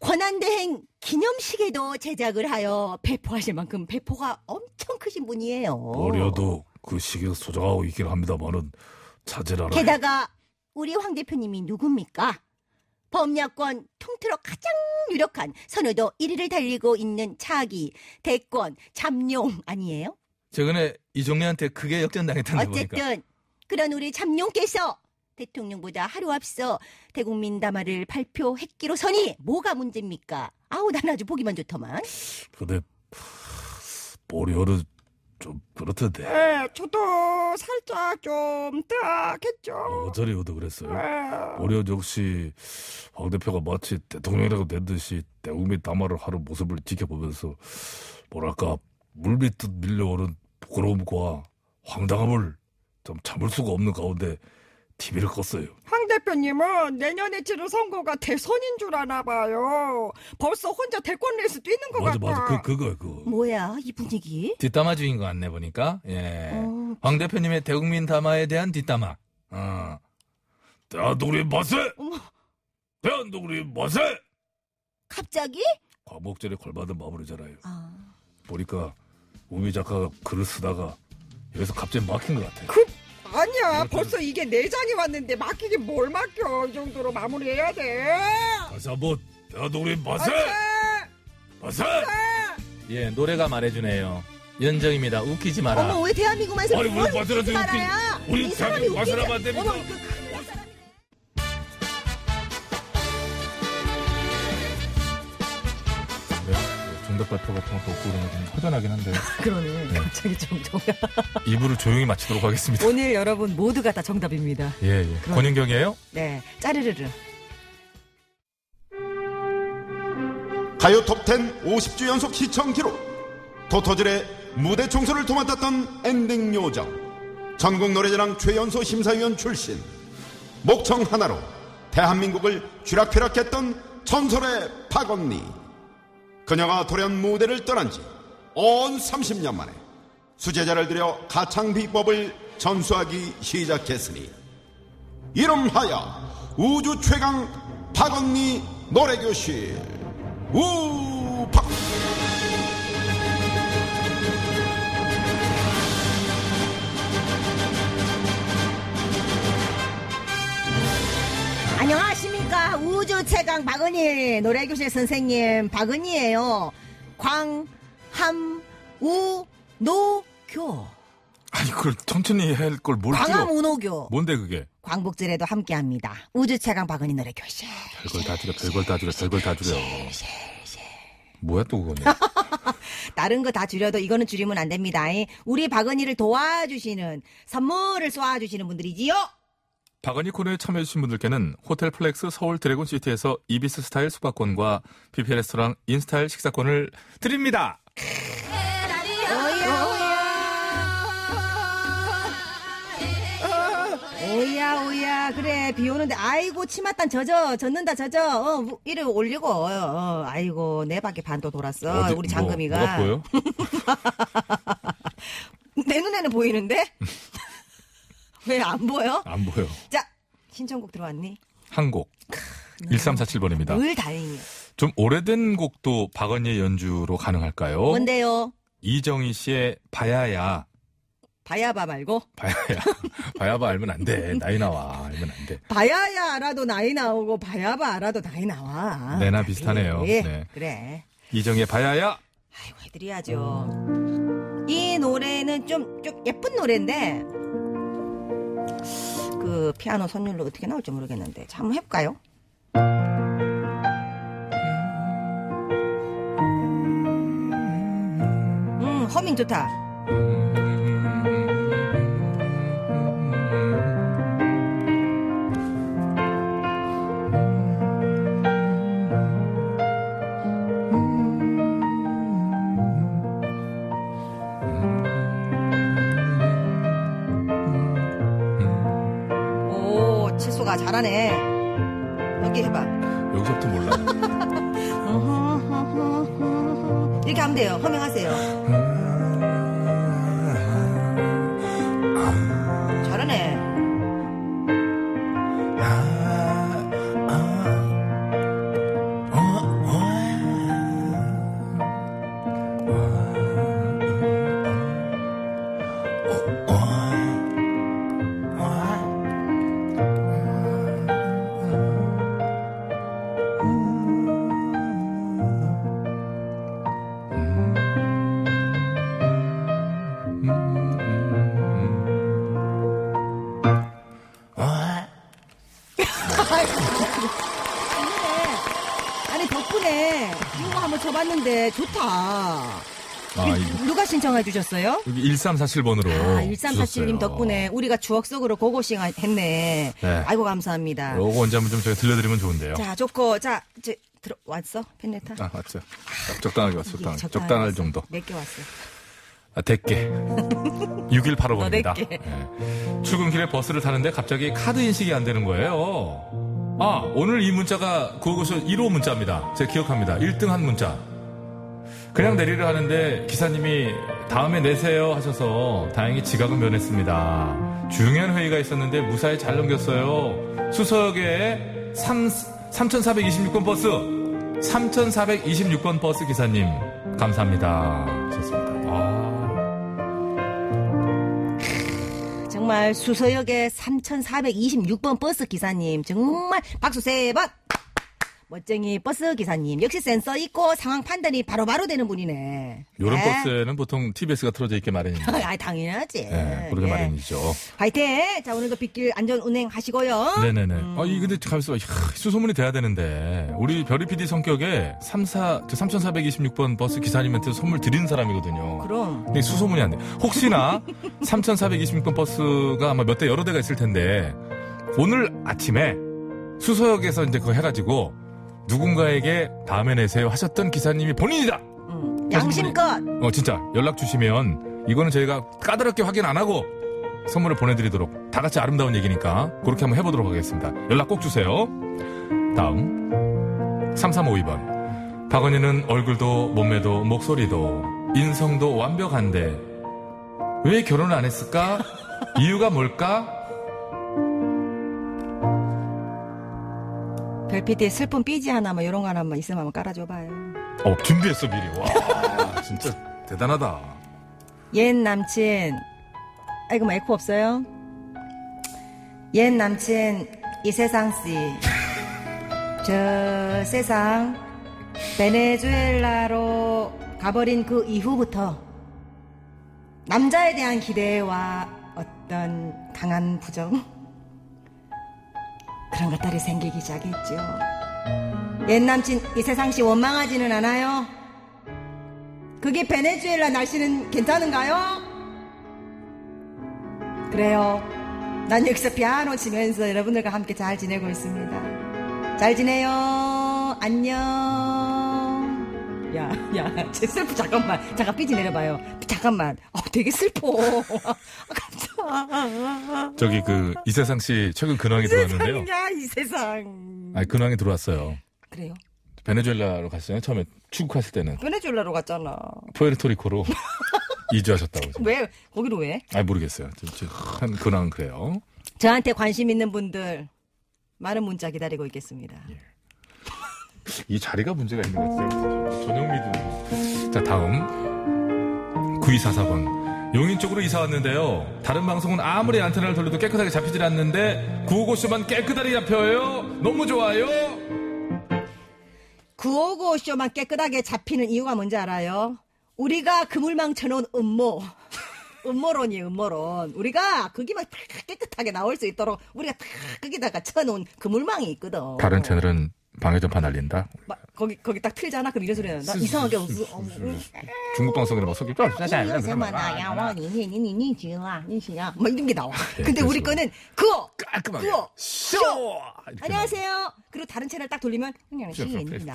Speaker 2: 권한대행 기념식에도 제작을 하여 배포하실 만큼 배포가 엄청 크신 분이에요.
Speaker 5: 보리온도 그 시기에서 소장하고 있긴 합니다만은 자제라라
Speaker 2: 게다가 우리 황 대표님이 누굽니까? 범야권 통틀어 가장 유력한 선호도 1위를 달리고 있는 차기, 대권, 잠룡 아니에요?
Speaker 1: 최근에 이종래한테 크게
Speaker 2: 아,
Speaker 1: 역전당했다는 거 보니까.
Speaker 2: 어쨌든 그런 우리 잠룡께서 대통령보다 하루 앞서 대국민 담화를 발표했기로 서니 뭐가 문제입니까? 아우 난 아주 보기만 좋더만.
Speaker 5: 근데 보리온은 뭐 좀 그렇던데
Speaker 4: 예, 저도 살짝 좀 딱했죠.
Speaker 5: 어저리도 그랬어요.
Speaker 4: 예.
Speaker 5: 오련 역시 황 대표가 마치 대통령이라고 된 듯이 대국민 담화를 하는 모습을 지켜보면서 뭐랄까 물밑듯 밀려오는 부끄러움과 황당함을 좀 참을 수가 없는 가운데 TV를 껐어요.
Speaker 4: 황 대표님은 내년에 치를 선거가 대선인 줄 아나 봐요. 벌써 혼자 대권 레이스 뛰는 것
Speaker 5: 맞아
Speaker 4: 같아.
Speaker 5: 맞아 그 그거야 그거.
Speaker 2: 뭐야 이 분위기?
Speaker 1: 뒷담화 중인 것 같네 보니까. 예.
Speaker 2: 어,
Speaker 1: 황 대표님의 대국민 담화에 대한 뒷담화. 어.
Speaker 5: 대한독립 만세!
Speaker 2: 어머.
Speaker 5: 대한독립 만세!
Speaker 2: 갑자기?
Speaker 5: 광복절에 걸맞은 마무리잖아요.
Speaker 2: 아,
Speaker 5: 보니까 우미 작가가 글을 쓰다가 여기서 갑자기 막힌 것 같아. 그,
Speaker 4: 아니야, 벌써 이게 내장이 왔는데 막히긴 뭘 막혀. 이 정도로 마무리해야 돼.
Speaker 5: 다시 한번 대한독립
Speaker 1: 네.
Speaker 5: 만세!
Speaker 4: 아,
Speaker 5: 만세!
Speaker 1: 예 노래가 말해주네요. 연정입니다. 웃기지 마라.
Speaker 2: 어머 왜 대한민국만
Speaker 5: 아니, 우리
Speaker 2: 뭘
Speaker 5: 마술한테
Speaker 2: 웃기지
Speaker 5: 웃기-
Speaker 2: 말아야?
Speaker 5: 우리
Speaker 2: 이 사람이
Speaker 5: 대한민국
Speaker 2: 웃기지-
Speaker 5: 마술하면 안 됩니다.
Speaker 2: 어머, 그 큰일 날 사람이네.
Speaker 8: 네, 뭐
Speaker 1: 정답 발표가 보니까 웃고 그러면 좀 허전하긴 한데
Speaker 9: *laughs* 그러네. 갑자기 좀 정답.
Speaker 8: *laughs*
Speaker 1: 이부를 조용히 마치도록 하겠습니다.
Speaker 9: 오늘 여러분 모두가 다 정답입니다.
Speaker 1: 예, 예.
Speaker 9: 그럼-
Speaker 1: 권윤경이에요?
Speaker 9: 네. 짜르르르.
Speaker 10: 가요 톱10 50주 연속 시청 기록 도토질의 무대 청소를 도맡았던 엔딩 요정 전국 노래자랑 최연소 심사위원 출신 목청 하나로 대한민국을 쥐락펴락했던 전설의 박언니 그녀가 돌연 무대를 떠난 지 온 30년 만에 수제자를 들여 가창 비법을 전수하기 시작했으니 이름하여 우주 최강 박언니 노래교실 우박
Speaker 2: 안녕하십니까 우주 최강 박은희 노래교실 선생님 박은희예요 광함우노교
Speaker 5: 아니 그걸 천천히 할 걸뭘
Speaker 2: 광함우노교
Speaker 5: 뭔데 그게?
Speaker 2: 광복절에도 함께합니다 우주 최강 박은희 노래교실
Speaker 5: 별걸 다 줄여, 별걸 다 줄여, 별걸 다 줄여. 뭐야 또 그거는?
Speaker 9: *laughs*
Speaker 2: 다른 거 다 줄여도 이거는 줄이면 안 됩니다 예, 우리 박은희를 도와주시는 선물을 쏘아주시는 분들이지요
Speaker 8: 박언니 코너에 참여해주신 분들께는 호텔 플렉스 서울 드래곤 시티에서 이비스 스타일 숙박권과 뷔페 레스토랑 인스타일 식사권을 드립니다.
Speaker 2: 오야 오야 그래 비 오는데 아이고 치맛단 젖어 젖는다 젖어 어, 무- 이리 올리고 어, 어, 아이고 내 밖에 반도 돌았어
Speaker 9: 아,
Speaker 8: 어디-
Speaker 2: 우리
Speaker 8: 뭐,
Speaker 2: 장금이가
Speaker 8: 뭐가 보여?
Speaker 2: 내
Speaker 8: *laughs*
Speaker 2: 눈에는 보이는데 왜 안 보여?
Speaker 8: 안 보여.
Speaker 2: 자 신청곡 들어왔니?
Speaker 9: 네.
Speaker 8: 한 곡. 1347번입니다.
Speaker 2: 늘 다행이야.
Speaker 1: 좀 오래된 곡도 박언니의 연주로 가능할까요?
Speaker 11: 뭔데요?
Speaker 1: 이정희 씨의 바야야.
Speaker 2: 바야바 말고
Speaker 1: 바야야. *laughs* 바야바 알면 안 돼. 나이 나와. 알면 안 돼.
Speaker 2: 바야야 알아도 나이 나오고 바야바 알아도 나이 나와.
Speaker 1: 내나 비슷하네요.
Speaker 2: 예,
Speaker 1: 네.
Speaker 2: 그래.
Speaker 1: 이정희의 바야야.
Speaker 2: 아이고 해드려야죠. 이 노래는 좀, 좀 예쁜 노래인데 그 피아노 선율로 어떻게 나올지 모르겠는데 자, 한번 해볼까요? 음 허밍 좋다. 오 칠소가 잘하네. 여기 해봐.
Speaker 1: 여기서부터 몰라.
Speaker 2: 이렇게 하면 돼요. 허밍하세요. 잘하네.
Speaker 1: 아,
Speaker 2: 아니 덕분에 이거 한번 쳐봤는데 좋다.
Speaker 1: 아, 이-
Speaker 2: 누가 신청해 주셨어요?
Speaker 1: 여기 1347번으로.
Speaker 2: 아, 1347님 덕분에 우리가 추억 속으로 고고싱 했네.
Speaker 1: 네.
Speaker 2: 아이고 감사합니다.
Speaker 1: 요거 언제 한번 좀 저희 들려드리면 좋은데요.
Speaker 2: 자, 좋고 자, 이제 들어왔어? 펜레타?
Speaker 1: 아, 맞죠. 적- 적당하게 왔어.
Speaker 2: 이게
Speaker 1: 적당,
Speaker 2: 적당하게
Speaker 1: 적당할
Speaker 2: 왔어.
Speaker 1: 정도.
Speaker 2: 몇 개 왔어?
Speaker 1: 아, 100개. 6185번입니다. 예.
Speaker 2: 너 100개.
Speaker 1: 출근길에 버스를 타는데 갑자기 카드 인식이 안 되는 거예요. 아, 오늘 이 문자가 그곳에 1호 문자입니다. 제가 기억합니다. 1등 한 문자. 그냥 내리려 하는데 기사님이 다음에 내세요 하셔서 다행히 지각은 면했습니다. 중요한 회의가 있었는데 무사히 잘 넘겼어요. 수서역에 3, 3426번 버스, 3426번 버스 기사님, 감사합니다. 좋습니다. 아,
Speaker 2: 정말 수서역의 3426번 버스 기사님 정말 박수 세 번. 멋쟁이 버스 기사님 역시 센서 있고 상황 판단이 바로바로 되는 분이네.
Speaker 1: 요런
Speaker 2: 네.
Speaker 1: 버스에는 보통 TBS가 틀어져 있게 마련입니다.
Speaker 2: *laughs* 아 당연하지.
Speaker 1: 네, 그렇게
Speaker 2: 예.
Speaker 1: 마련이죠.
Speaker 2: 화이팅! 자 오늘도 빗길 안전 운행하시고요.
Speaker 1: 네네네.
Speaker 2: 음.
Speaker 1: 아, 이, 근데 가면서, 야, 수소문이 돼야 되는데, 우리 별이 PD 성격에 3, 4, 저 3426번 버스 기사님한테 선물 드린 사람이거든요.
Speaker 2: 그럼
Speaker 1: 근데 수소문이 안 돼. 혹시나, *laughs* 3426번 버스가 아마 몇 대 여러 대가 있을 텐데, 오늘 아침에 수소역에서 이제 그거 해가지고, 누군가에게 다음에 내세요 하셨던 기사님이 본인이다!
Speaker 2: 음, 양심껏
Speaker 1: 어, 진짜 연락 주시면 이거는 저희가 까다롭게 확인 안 하고 선물을 보내드리도록 다 같이 아름다운 얘기니까 그렇게 한번 해보도록 하겠습니다. 연락 꼭 주세요. 다음 3352번 박은희는 얼굴도 몸매도 목소리도 인성도 완벽한데 왜 결혼을 안 *laughs* 했을까? 이유가 뭘까?
Speaker 2: 별피디의 슬픈 삐지 하나만 이런 거 하나만 있으면 한번 깔아줘봐요.
Speaker 1: 어 준비했어 미리 *laughs* 와 진짜 대단하다.
Speaker 2: 옛 남친 아이고 마이크 없어요? 옛 남친 이 세상 씨저 세상 베네수엘라로 가버린 그 이후부터 남자에 대한 기대와 어떤 강한 부정 그런 것들이 생기기 시작했죠 옛 남친 이 세상 씨 원망하지는 않아요? 그게 베네수엘라 날씨는 괜찮은가요? 그래요. 난 여기서 피아노 치면서 여러분들과 함께 잘 지내고 있습니다. 잘 지내요. 안녕. 야, 야, 제 슬프 잠깐만. 잠깐 삐지 내려봐요. 잠깐만. 어, 되게 슬퍼. *laughs* 아, 깜짝아.
Speaker 1: 저기 그 이세상 씨 최근 근황이 들어왔는데요.
Speaker 2: 야, 이 세상.
Speaker 1: 아 근황이 들어왔어요.
Speaker 2: 그래요.
Speaker 1: 베네수엘라로 갔어요. 처음에 출국했을 때는
Speaker 2: 베네수엘라로 갔잖아.
Speaker 1: 포에르토리코로 이주하셨다고. 지금.
Speaker 2: 왜? 거기로 왜?
Speaker 1: 아니 모르겠어요. 좀- 좀한 근황 그래요.
Speaker 12: 예.
Speaker 2: 저한테 관심 있는 분들 많은 문자 기다리고 있겠습니다.
Speaker 1: 이 자리가 문제가 있는 것 같아요. 전영미도. 자, 다음. 9244번. 용인 쪽으로 이사 왔는데요. 다른 방송은 아무리 안테나를 돌려도 깨끗하게 잡히질 않는데, 955쇼만 깨끗하게 잡혀요. 너무 좋아요.
Speaker 2: 9595쇼만 깨끗하게 잡히는 이유가 뭔지 알아요? 우리가 그물망쳐놓은
Speaker 12: *laughs*
Speaker 2: 음모. 음모론이에요, 음모론. 우리가 거기만 다 깨끗하게 나올 수 있도록 우리가 다 거기다가 쳐놓은 그물망이 있거든.
Speaker 12: 다른 채널은 방해 전파 날린다.
Speaker 2: 막 거기, 거기 딱 틀잖아? 그럼 이런 소리 난다. 이상하게 웃어. 어, 음.
Speaker 12: 중국 방송이라 막 속이 쩔.
Speaker 2: 뭐 이런 게 나와. 근데 우리 거는 그거!
Speaker 12: 예, 깔끔하게.
Speaker 2: 그거!
Speaker 12: 쇼! 이렇게
Speaker 2: 안녕하세요. 그리고 다른 채널 딱 돌리면 그냥 시인이나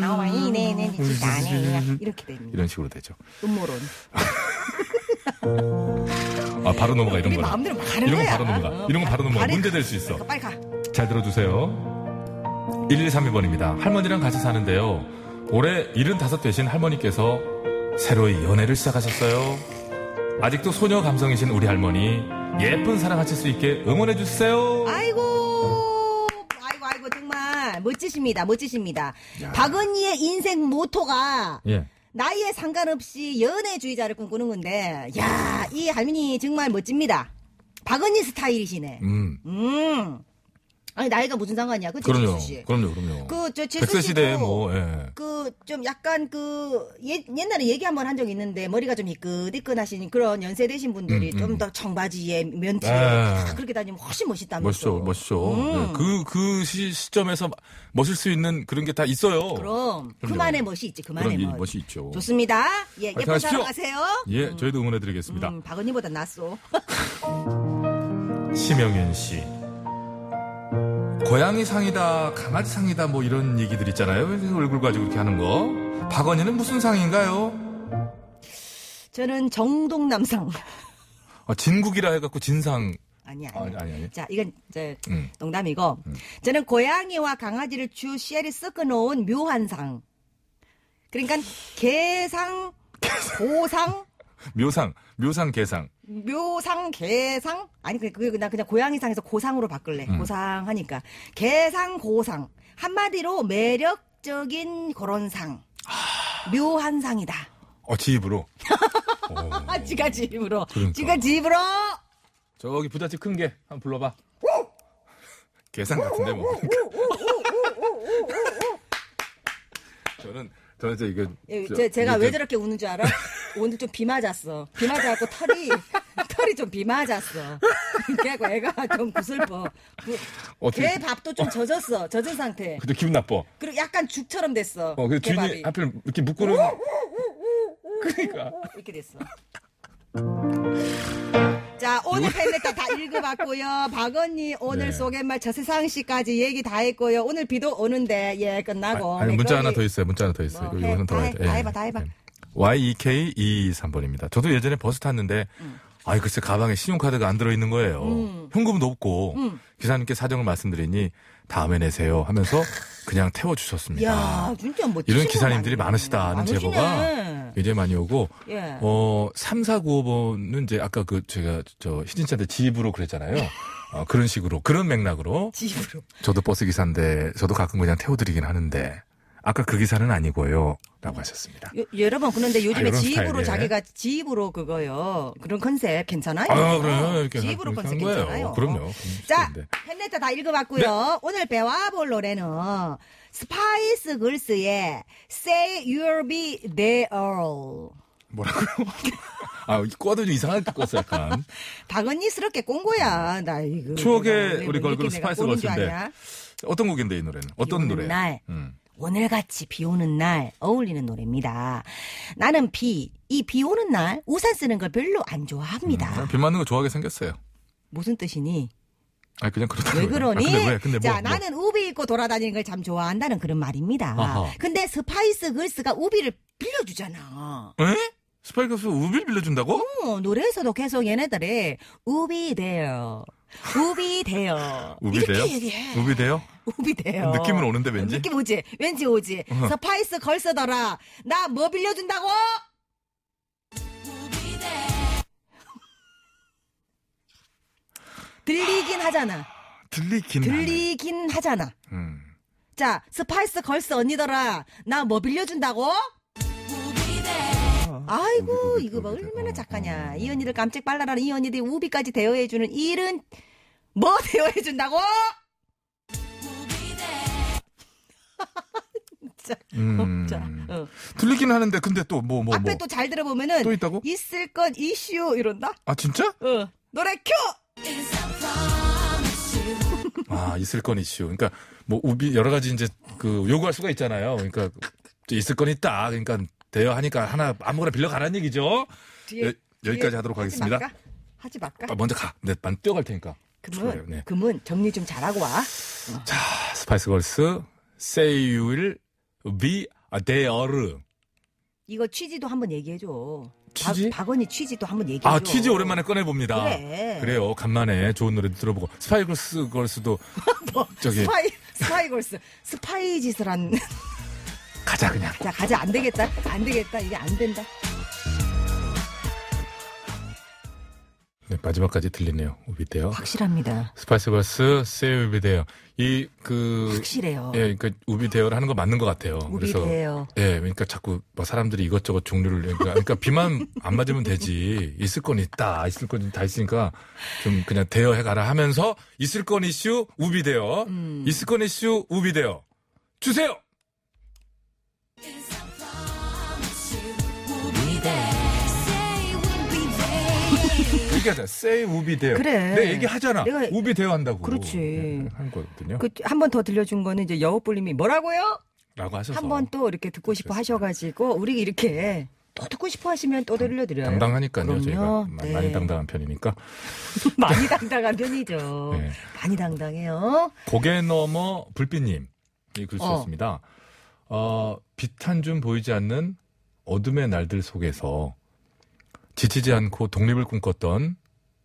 Speaker 2: 하와이네는 진짜네 이렇게 됩니다.
Speaker 12: 이런 식으로 되죠.
Speaker 2: 음모론.
Speaker 1: 아, 바로 넘어가, 이런
Speaker 2: 우리
Speaker 1: 거.
Speaker 2: 마음대로 말하는
Speaker 1: 이런 거
Speaker 2: 거야.
Speaker 1: 바로 넘어가. 이런 거 바로 넘어가.
Speaker 2: 바로
Speaker 1: 문제 될 수 있어.
Speaker 2: 빨리 가.
Speaker 1: 잘 들어주세요. 1132번입니다. 할머니랑 같이 사는데요. 올해 75 되신 할머니께서 새로이 연애를 시작하셨어요. 아직도 소녀 감성이신 우리 할머니, 예쁜 사랑 하실 수 있게 응원해주세요.
Speaker 2: 아이고, 아이고, 아이고, 정말 멋지십니다. 멋지십니다. 박은희의 인생 모토가
Speaker 1: 예.
Speaker 2: 나이에 상관없이 연애주의자를 꿈꾸는 건데, 야, 이 할머니 정말 멋집니다. 박은희 스타일이시네.
Speaker 1: 음,
Speaker 2: 음. 아니, 나이가 무슨 상관이야. 그치,
Speaker 1: 그럼요.
Speaker 2: 지수 씨?
Speaker 1: 그럼요, 그럼요.
Speaker 2: 그, 저, 지수
Speaker 1: 백세
Speaker 2: 씨도
Speaker 1: 시대에 뭐, 예.
Speaker 2: 그 좀 약간 그 예- 옛날에 얘기 한 번 한 적이 있는데 머리가 좀 이끈이끈하신 그런 연세 되신 분들이
Speaker 1: 음,
Speaker 2: 좀 더 청바지에 면티에
Speaker 1: 네.
Speaker 2: 다 그렇게 다니면 훨씬 멋있다면서
Speaker 1: 멋있죠, 멋있죠.
Speaker 2: 음.
Speaker 1: 네. 그, 그 시, 시점에서 멋일 수 있는 그런 게 다 있어요.
Speaker 2: 그럼 그만의 멋이 있지
Speaker 1: 그런
Speaker 2: 그만의
Speaker 1: 이
Speaker 2: 멋.
Speaker 1: 멋이 있죠.
Speaker 2: 좋습니다. 예,
Speaker 1: 화이팅
Speaker 2: 예쁜
Speaker 1: 하십시오.
Speaker 2: 사랑하세요.
Speaker 1: *laughs* 예, 저희도 응원해드리겠습니다.
Speaker 2: 음, 박언니보다 낫소. 음.
Speaker 1: 심영현 씨. 고양이 상이다, 강아지 상이다, 뭐 이런 얘기들 있잖아요. 얼굴 가지고 이렇게 하는 거. 박원희는 무슨 상인가요?
Speaker 2: 저는 정동남상. *laughs*
Speaker 1: 아, 진국이라 해갖고 진상.
Speaker 2: 아니 아니.
Speaker 1: 아니, 아니, 아니.
Speaker 2: 자 이건 이제
Speaker 1: 음.
Speaker 2: 농담이고 저는 고양이와 강아지를 주 씨알이 섞어 놓은 묘한 상. 그러니까
Speaker 1: *laughs*
Speaker 2: 개상, 고상,
Speaker 1: 묘상, 묘상 개상.
Speaker 2: 묘상 개상 아니 그 그게 나 그냥 고양이상에서 고상으로 바꿀래 고상 하니까 개상 고상 한마디로 매력적인 그런 상 아. 묘한 상이다
Speaker 1: 어, 지입으로.
Speaker 2: 아 지가 집으로
Speaker 1: 그러니까.
Speaker 2: 지가 집으로
Speaker 1: 저기 부잣집 큰 개, 한번 불러봐. 개상 같은데, 뭐. *laughs* 저는, 저는 저 이거.
Speaker 2: 예,
Speaker 1: 저-
Speaker 2: 제, 제가
Speaker 1: 이게
Speaker 2: 왜
Speaker 1: 저-
Speaker 2: 저렇게 우는 줄 알아 오늘 좀 비 맞았어 비 맞아갖고 털이 털이 좀 비 맞았어 그래갖고 애가 좀 구슬퍼 그,
Speaker 1: 어떻게-
Speaker 2: 개 밥도 좀 젖었어 젖은 상태
Speaker 1: 근데 기분 나빠.
Speaker 2: 그리고 약간 죽처럼 됐어
Speaker 1: 어, 근데
Speaker 2: 개
Speaker 1: 주인이
Speaker 2: 밥이
Speaker 1: 하필 이렇게 묶고는. 그러니까.
Speaker 2: 이렇게 됐어. 자, 오늘 팬레터 다 읽어봤고요. 박언니 오늘
Speaker 1: 네.
Speaker 2: 소개말 저세상 씨까지 얘기 다 했고요. 오늘 비도 오는데 예 끝나고.
Speaker 1: 아, 니
Speaker 2: 네,
Speaker 1: 문자
Speaker 2: 거기
Speaker 1: 하나 더 있어요. 문자 하나 더 있어요.
Speaker 2: 뭐,
Speaker 1: 이거
Speaker 2: 해,
Speaker 1: 하나 더
Speaker 2: 다
Speaker 1: 해야
Speaker 2: 해,
Speaker 1: 돼.
Speaker 2: 다
Speaker 1: 예.
Speaker 2: 해봐, 다 해봐.
Speaker 1: 예. YEK223번입니다. 저도 예전에 버스 탔는데,
Speaker 2: 음.
Speaker 1: 아이, 글쎄, 가방에 신용카드가 안 들어있는 거예요. 현금도 없고,
Speaker 2: 음.
Speaker 1: 기사님께 사정을 말씀드리니, 다음에 내세요 하면서 그냥 태워주셨습니다.
Speaker 2: 야, 진짜 뭐 멋지
Speaker 1: 이런 기사님들이 많으시다는 제보가 이제 많이 오고,
Speaker 2: 예.
Speaker 1: 어, 3495번은 이제 아까 그 제가 저 희진씨한테 집으로
Speaker 2: *laughs*
Speaker 1: 그랬잖아요. 어, 그런 식으로, 그런 맥락으로.
Speaker 2: 집으로.
Speaker 1: 저도 버스 기사인데 저도 가끔 그냥 태워드리긴 하는데 아까 그 기사는 아니고요 라고 하셨습니다
Speaker 2: 요- 여러분 그런데 요즘에
Speaker 1: 아, 이런
Speaker 2: 지입으로
Speaker 1: 스타일이네.
Speaker 2: 자기가 지입으로 그거요 그런 컨셉 괜찮아요?
Speaker 1: 아 그래요 이렇게
Speaker 2: 지입으로
Speaker 1: 그렇게
Speaker 2: 컨셉
Speaker 1: 한 거예요.
Speaker 2: 괜찮아요. 어.
Speaker 1: 그럼요
Speaker 2: 자,
Speaker 1: 근데 네.
Speaker 2: 팬레터 다 읽어봤고요. 오늘 배워볼 노래는 스파이스 걸스의 Say You'll Be There.
Speaker 1: 뭐라고요 아이 꽈도 좀 이상하게 껐어 약간
Speaker 2: 박언니스럽게 꼰 거야. 나 이거.
Speaker 1: 추억의
Speaker 2: 나
Speaker 1: 우리 걸그룹
Speaker 2: 이렇게 내가
Speaker 1: 스파이스
Speaker 2: 꼬는 줄
Speaker 1: 걸스인데.
Speaker 2: 아냐?
Speaker 1: 어떤 곡인데 이 노래는
Speaker 2: 비
Speaker 1: 어떤
Speaker 2: 오는
Speaker 1: 노래
Speaker 2: 날.
Speaker 1: 음.
Speaker 2: 오늘같이 비 오는 날 어울리는 노래입니다. 나는 비, 이 비 오는 날 우산 쓰는 걸 별로 안 좋아합니다.
Speaker 1: 음, 비 맞는 거 좋아하게 생겼어요
Speaker 2: 무슨 뜻이니?
Speaker 1: 아 그냥 그렇다고
Speaker 2: 왜 그러니?
Speaker 1: 아, 근데 왜 근데 뭐, 뭐.
Speaker 2: 자, 나는 우비 입고 돌아다니는 걸 참 좋아한다는 그런 말입니다.
Speaker 1: 아하.
Speaker 2: 근데 스파이스 걸스가 우비를 빌려주잖아.
Speaker 1: 에? 스파이크스 우빌 빌려준다고?
Speaker 2: 어, 노래에서도 계속 얘네들이 우비 돼요. 우비 돼요.
Speaker 1: *laughs* 우비
Speaker 2: 이렇게
Speaker 1: 돼요?
Speaker 2: 얘기해.
Speaker 1: 우비 돼요?
Speaker 2: 우비 돼요.
Speaker 1: 느낌은 오는데 왠지
Speaker 2: 느낌 오지? 왠지 오지? 스파이스 걸스더라. 나 뭐 빌려준다고? 들리긴 하잖아.
Speaker 1: 들리긴 하네.
Speaker 2: 들리긴 하잖아.
Speaker 1: 음.
Speaker 2: 자, 스파이스 걸스 언니더라. 나 뭐 빌려준다고?
Speaker 1: 아,
Speaker 2: 아이고, 이거 봐. 얼마나 착하냐.
Speaker 1: 어.
Speaker 2: 이 언니들 깜찍 빨라라는 이 언니들이 우비까지 대여해주는 이 일은 뭐 *laughs* 대여해준다고?
Speaker 1: 음.
Speaker 2: *laughs* 자, 어.
Speaker 1: 들리긴 하는데 근데 또 뭐 뭐
Speaker 2: 앞에
Speaker 1: 뭐.
Speaker 2: 또 잘 들어보면은
Speaker 1: 또 있다고?
Speaker 2: 있을 건 이슈 이런다?
Speaker 1: 아 진짜?
Speaker 2: 어. 노래 큐!
Speaker 1: 아 있을 건 이슈. 그러니까 뭐 우비 여러 가지 이제 그 요구할 수가 있잖아요. 그러니까 있을 건 있다. 그러니까 대여하니까 하나 아무거나 빌려 가라는 얘기죠.
Speaker 2: 뒤에-
Speaker 1: 여- 여기까지
Speaker 2: 뒤에
Speaker 1: 하도록
Speaker 2: 하지
Speaker 1: 하겠습니다.
Speaker 2: 말까? 하지 말까?
Speaker 1: 아, 먼저 가. 네, 난 뛰어갈 테니까. 좋아요,
Speaker 2: 금은,
Speaker 1: 네.
Speaker 2: 금은 정리 좀 잘하고 와.
Speaker 1: 자, 스파이스 걸스 Say You Will Be There.
Speaker 2: 이거 취지도 한번 얘기해줘.
Speaker 1: 취지?
Speaker 2: 박, 박언니 취지도 한번 얘기해줘.
Speaker 1: 아, 퀴즈 오랜만에 꺼내 봅니다.
Speaker 2: 그래. *laughs*
Speaker 1: 요 간만에 좋은 노래도 들어보고 스파이스 걸스도 저기
Speaker 2: 뭐, 스파이, 스파이 걸스. 스파이 짓을 한. *laughs*
Speaker 1: 가자 그냥.
Speaker 2: 자, 가자. 안 되겠다. 안 되겠다. 이게 안 된다.
Speaker 1: 네, 마지막까지 들리네요. 우비데요.
Speaker 2: 확실합니다.
Speaker 1: 스파이스 걸스 Say You Will Be There. 이그
Speaker 2: 확실해요.
Speaker 1: 예, 그러니까 우비 대여를 하는 거 맞는 것 같아요.
Speaker 2: 아. 우리
Speaker 1: 그래서
Speaker 2: 돼요.
Speaker 1: 예, 그러니까 자꾸 뭐 사람들이 이것저것 종류를 그러니까, 그러니까 비만 안 맞으면 되지 있을 건 있다 있을 건 다 있으니까 좀 그냥 대여해 가라 하면서 있을 건 이슈 우비 대여
Speaker 2: 음.
Speaker 1: 있을 건 이슈 우비 대여 주세요. 얘기하자. 그러니까 say 우비 대여.
Speaker 2: 그래.
Speaker 1: 내 얘기하잖아.
Speaker 2: 내가-
Speaker 1: 우비 대여 한다고.
Speaker 2: 그렇지.
Speaker 1: 예, 한 거거든요.
Speaker 2: 그, 한 번 더 들려준 거는 이제 여우뿔님이 뭐라고요?
Speaker 1: 라고 하셔서
Speaker 2: 한 번 또 이렇게 듣고 싶어 하셔가지고, 우리 이렇게 또 듣고 싶어 하시면 또 들려드려요.
Speaker 1: 당당하니까요.
Speaker 2: 그럼요.
Speaker 1: 저희가
Speaker 2: 네.
Speaker 1: 많이 당당한 편이니까.
Speaker 2: *laughs* 많이 당당한 편이죠.
Speaker 1: *laughs* 네.
Speaker 2: 많이 당당해요.
Speaker 1: 고개 넘어 불빛님 이 글
Speaker 2: 어.
Speaker 1: 썼습니다. 어, 빛 한 줌 보이지 않는 어둠의 날들 속에서 지치지 않고 독립을 꿈꿨던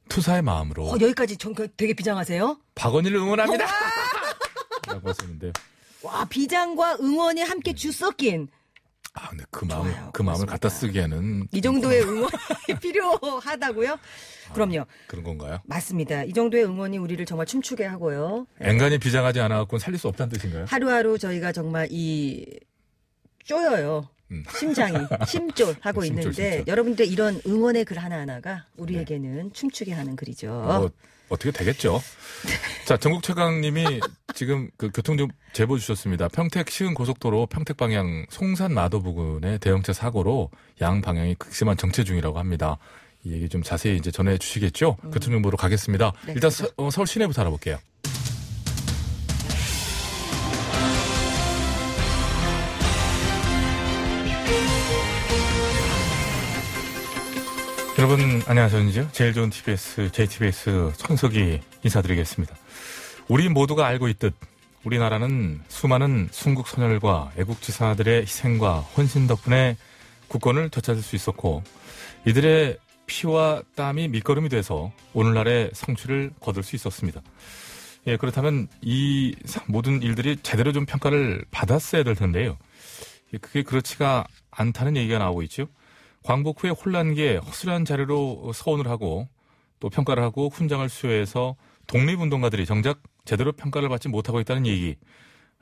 Speaker 1: 투사의 마음으로
Speaker 2: 어, 여기까지 전 그- 되게 비장하세요?
Speaker 1: 박원희를 응원합니다. *laughs* 라고 하셨는데
Speaker 2: 와, 비장과 응원이 함께 주섞인
Speaker 1: 아 근데 그 마음
Speaker 2: 좋아요.
Speaker 1: 그 마음을
Speaker 2: 고맙습니다.
Speaker 1: 갖다 쓰기에는
Speaker 2: 이 정도의 응원이 *laughs* 필요하다고요? 그럼요.
Speaker 1: 그런 건가요?
Speaker 2: 맞습니다. 이 정도의 응원이 우리를 정말 춤추게 하고요.
Speaker 1: 앵간히 비장하지 않아 갖고는 살릴 수 없다는 뜻인가요?
Speaker 2: 하루하루 저희가 정말 이 쪼여요.
Speaker 1: 음. *laughs*
Speaker 2: 심장이
Speaker 1: 심쫄,
Speaker 2: 심쫄하고 있는데
Speaker 1: 심쫄.
Speaker 2: 여러분들의 이런 응원의 글 하나하나가 우리에게는 춤추게 하는 글이죠.
Speaker 1: 뭐 어떻게 되겠죠. 자, 전국 최강님이 지금 그 교통 좀 제보 주셨습니다. 평택 시흥 고속도로 평택 방향 송산 마도 부근에 대형차 사고로 양 방향이 극심한 정체 중이라고 합니다. 이 얘기 좀 자세히 이제 전해 주시겠죠? 교통 정보로 가겠습니다.
Speaker 2: 네,
Speaker 1: 일단 서, 어, 서울 시내부터 알아볼게요.
Speaker 8: 여러분 안녕하셨는지요? 제일 좋은 TBS, JTBS 손석희 인사드리겠습니다. 우리 모두가 알고 있듯 우리나라는 수많은 순국 선열과 애국지사들의 희생과 헌신 덕분에 국권을 되찾을 수 있었고 이들의 피와 땀이 밑거름이 돼서 오늘날의 성취를 거둘 수 있었습니다. 예, 그렇다면 이 모든 일들이 제대로 좀 평가를 받았어야 될 텐데요. 예, 그게 그렇지가 않다는 얘기가 나오고 있죠. 광복 후에 혼란기에 허술한 자료로 서원을 하고 또 평가를 하고 훈장을 수여해서 독립운동가들이 정작 제대로 평가를 받지 못하고 있다는 얘기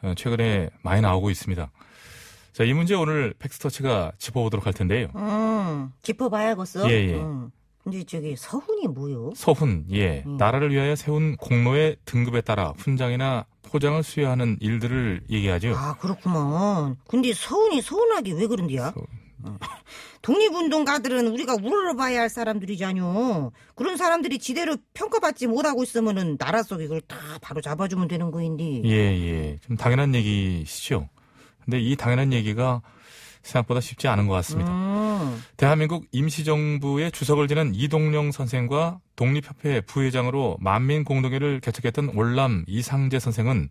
Speaker 8: 어, 최근에 많이 나오고 있습니다. 자, 이 문제 오늘 팩스터치가 짚어보도록 할 텐데요.
Speaker 2: 음, 짚어봐야겠어.
Speaker 8: 예, 예.
Speaker 2: 음. 근데 저기 서훈이 뭐요?
Speaker 8: 서훈, 예.
Speaker 2: 음.
Speaker 8: 나라를 위하여 세운 공로의 등급에 따라 훈장이나 포장을 수여하는 일들을 얘기하죠.
Speaker 2: 아 그렇구먼. 근데 서운이 서운하게 왜 그런데야? 어. *laughs* 독립운동가들은 우리가 우러러봐야 할 사람들이잖요. 그런 사람들이 지대로 평가받지 못하고 있으면은 나라 속 이걸 다 바로 잡아주면 되는 거인데.
Speaker 8: 예, 예. 좀 당연한 얘기시죠. 근데 이 당연한 얘기가 생각보다 쉽지 않은 것 같습니다.
Speaker 2: 음,
Speaker 8: 대한민국 임시정부의 주석을 지낸 이동령 선생과 독립협회 부회장으로 만민공동회를 개척했던 월남 이상재 선생은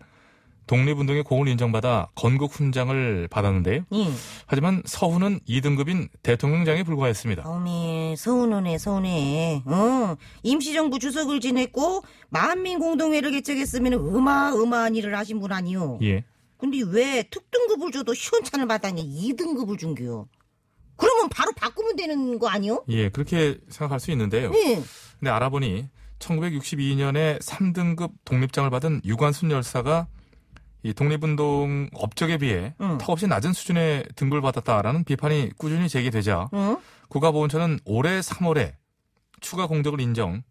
Speaker 8: 독립운동의 공을 인정받아 건국훈장을 받았는데요.
Speaker 2: 예.
Speaker 8: 하지만 서훈은 2등급인 대통령장에
Speaker 2: 아.
Speaker 8: 불과했습니다.
Speaker 2: 어미 서운하네 서운해. 어, 임시정부 주석을 지냈고 만민공동회를 개척했으면 어마어마한 일을 하신 분 아니요.
Speaker 8: 예.
Speaker 2: 근데 왜 특등급을 줘도 시원찮을 마당에 2등급을 준겨? 그러면 바로 바꾸면 되는 거 아니요?
Speaker 8: 예, 그렇게 생각할 수 있는데요.
Speaker 2: 네.
Speaker 8: 근데 알아보니
Speaker 1: 1962년에 3등급 독립장을 받은 유관순 열사가 이 독립운동 업적에 비해
Speaker 2: 응.
Speaker 1: 턱없이 낮은 수준의 등급을 받았다라는 비판이 꾸준히 제기되자 국가보훈처는 올해 3월에 추가 공적을 인정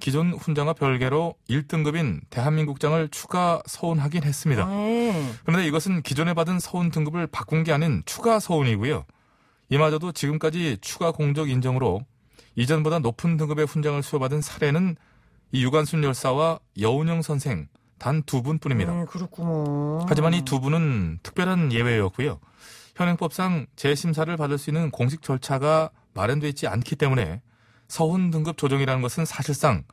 Speaker 1: 기존 훈장과 별개로 1등급인 대한민국장을 추가 서운하긴 했습니다.
Speaker 2: 음.
Speaker 1: 그런데 이것은 기존에 받은 서훈 등급을 바꾼 게 아닌 추가 서훈이고요. 이마저도 지금까지 추가 공적 인정으로 이전보다 높은 등급의 훈장을 수여받은 사례는 이 유관순 열사와 여운영 선생 단 두 분뿐입니다.
Speaker 2: 음, 그렇구먼.
Speaker 1: 하지만 이 두 분은 특별한 예외였고요. 현행법상 재심사를 받을 수 있는 공식 절차가 마련되어 있지 않기 때문에 서훈 등급 조정이라는 것은 사실상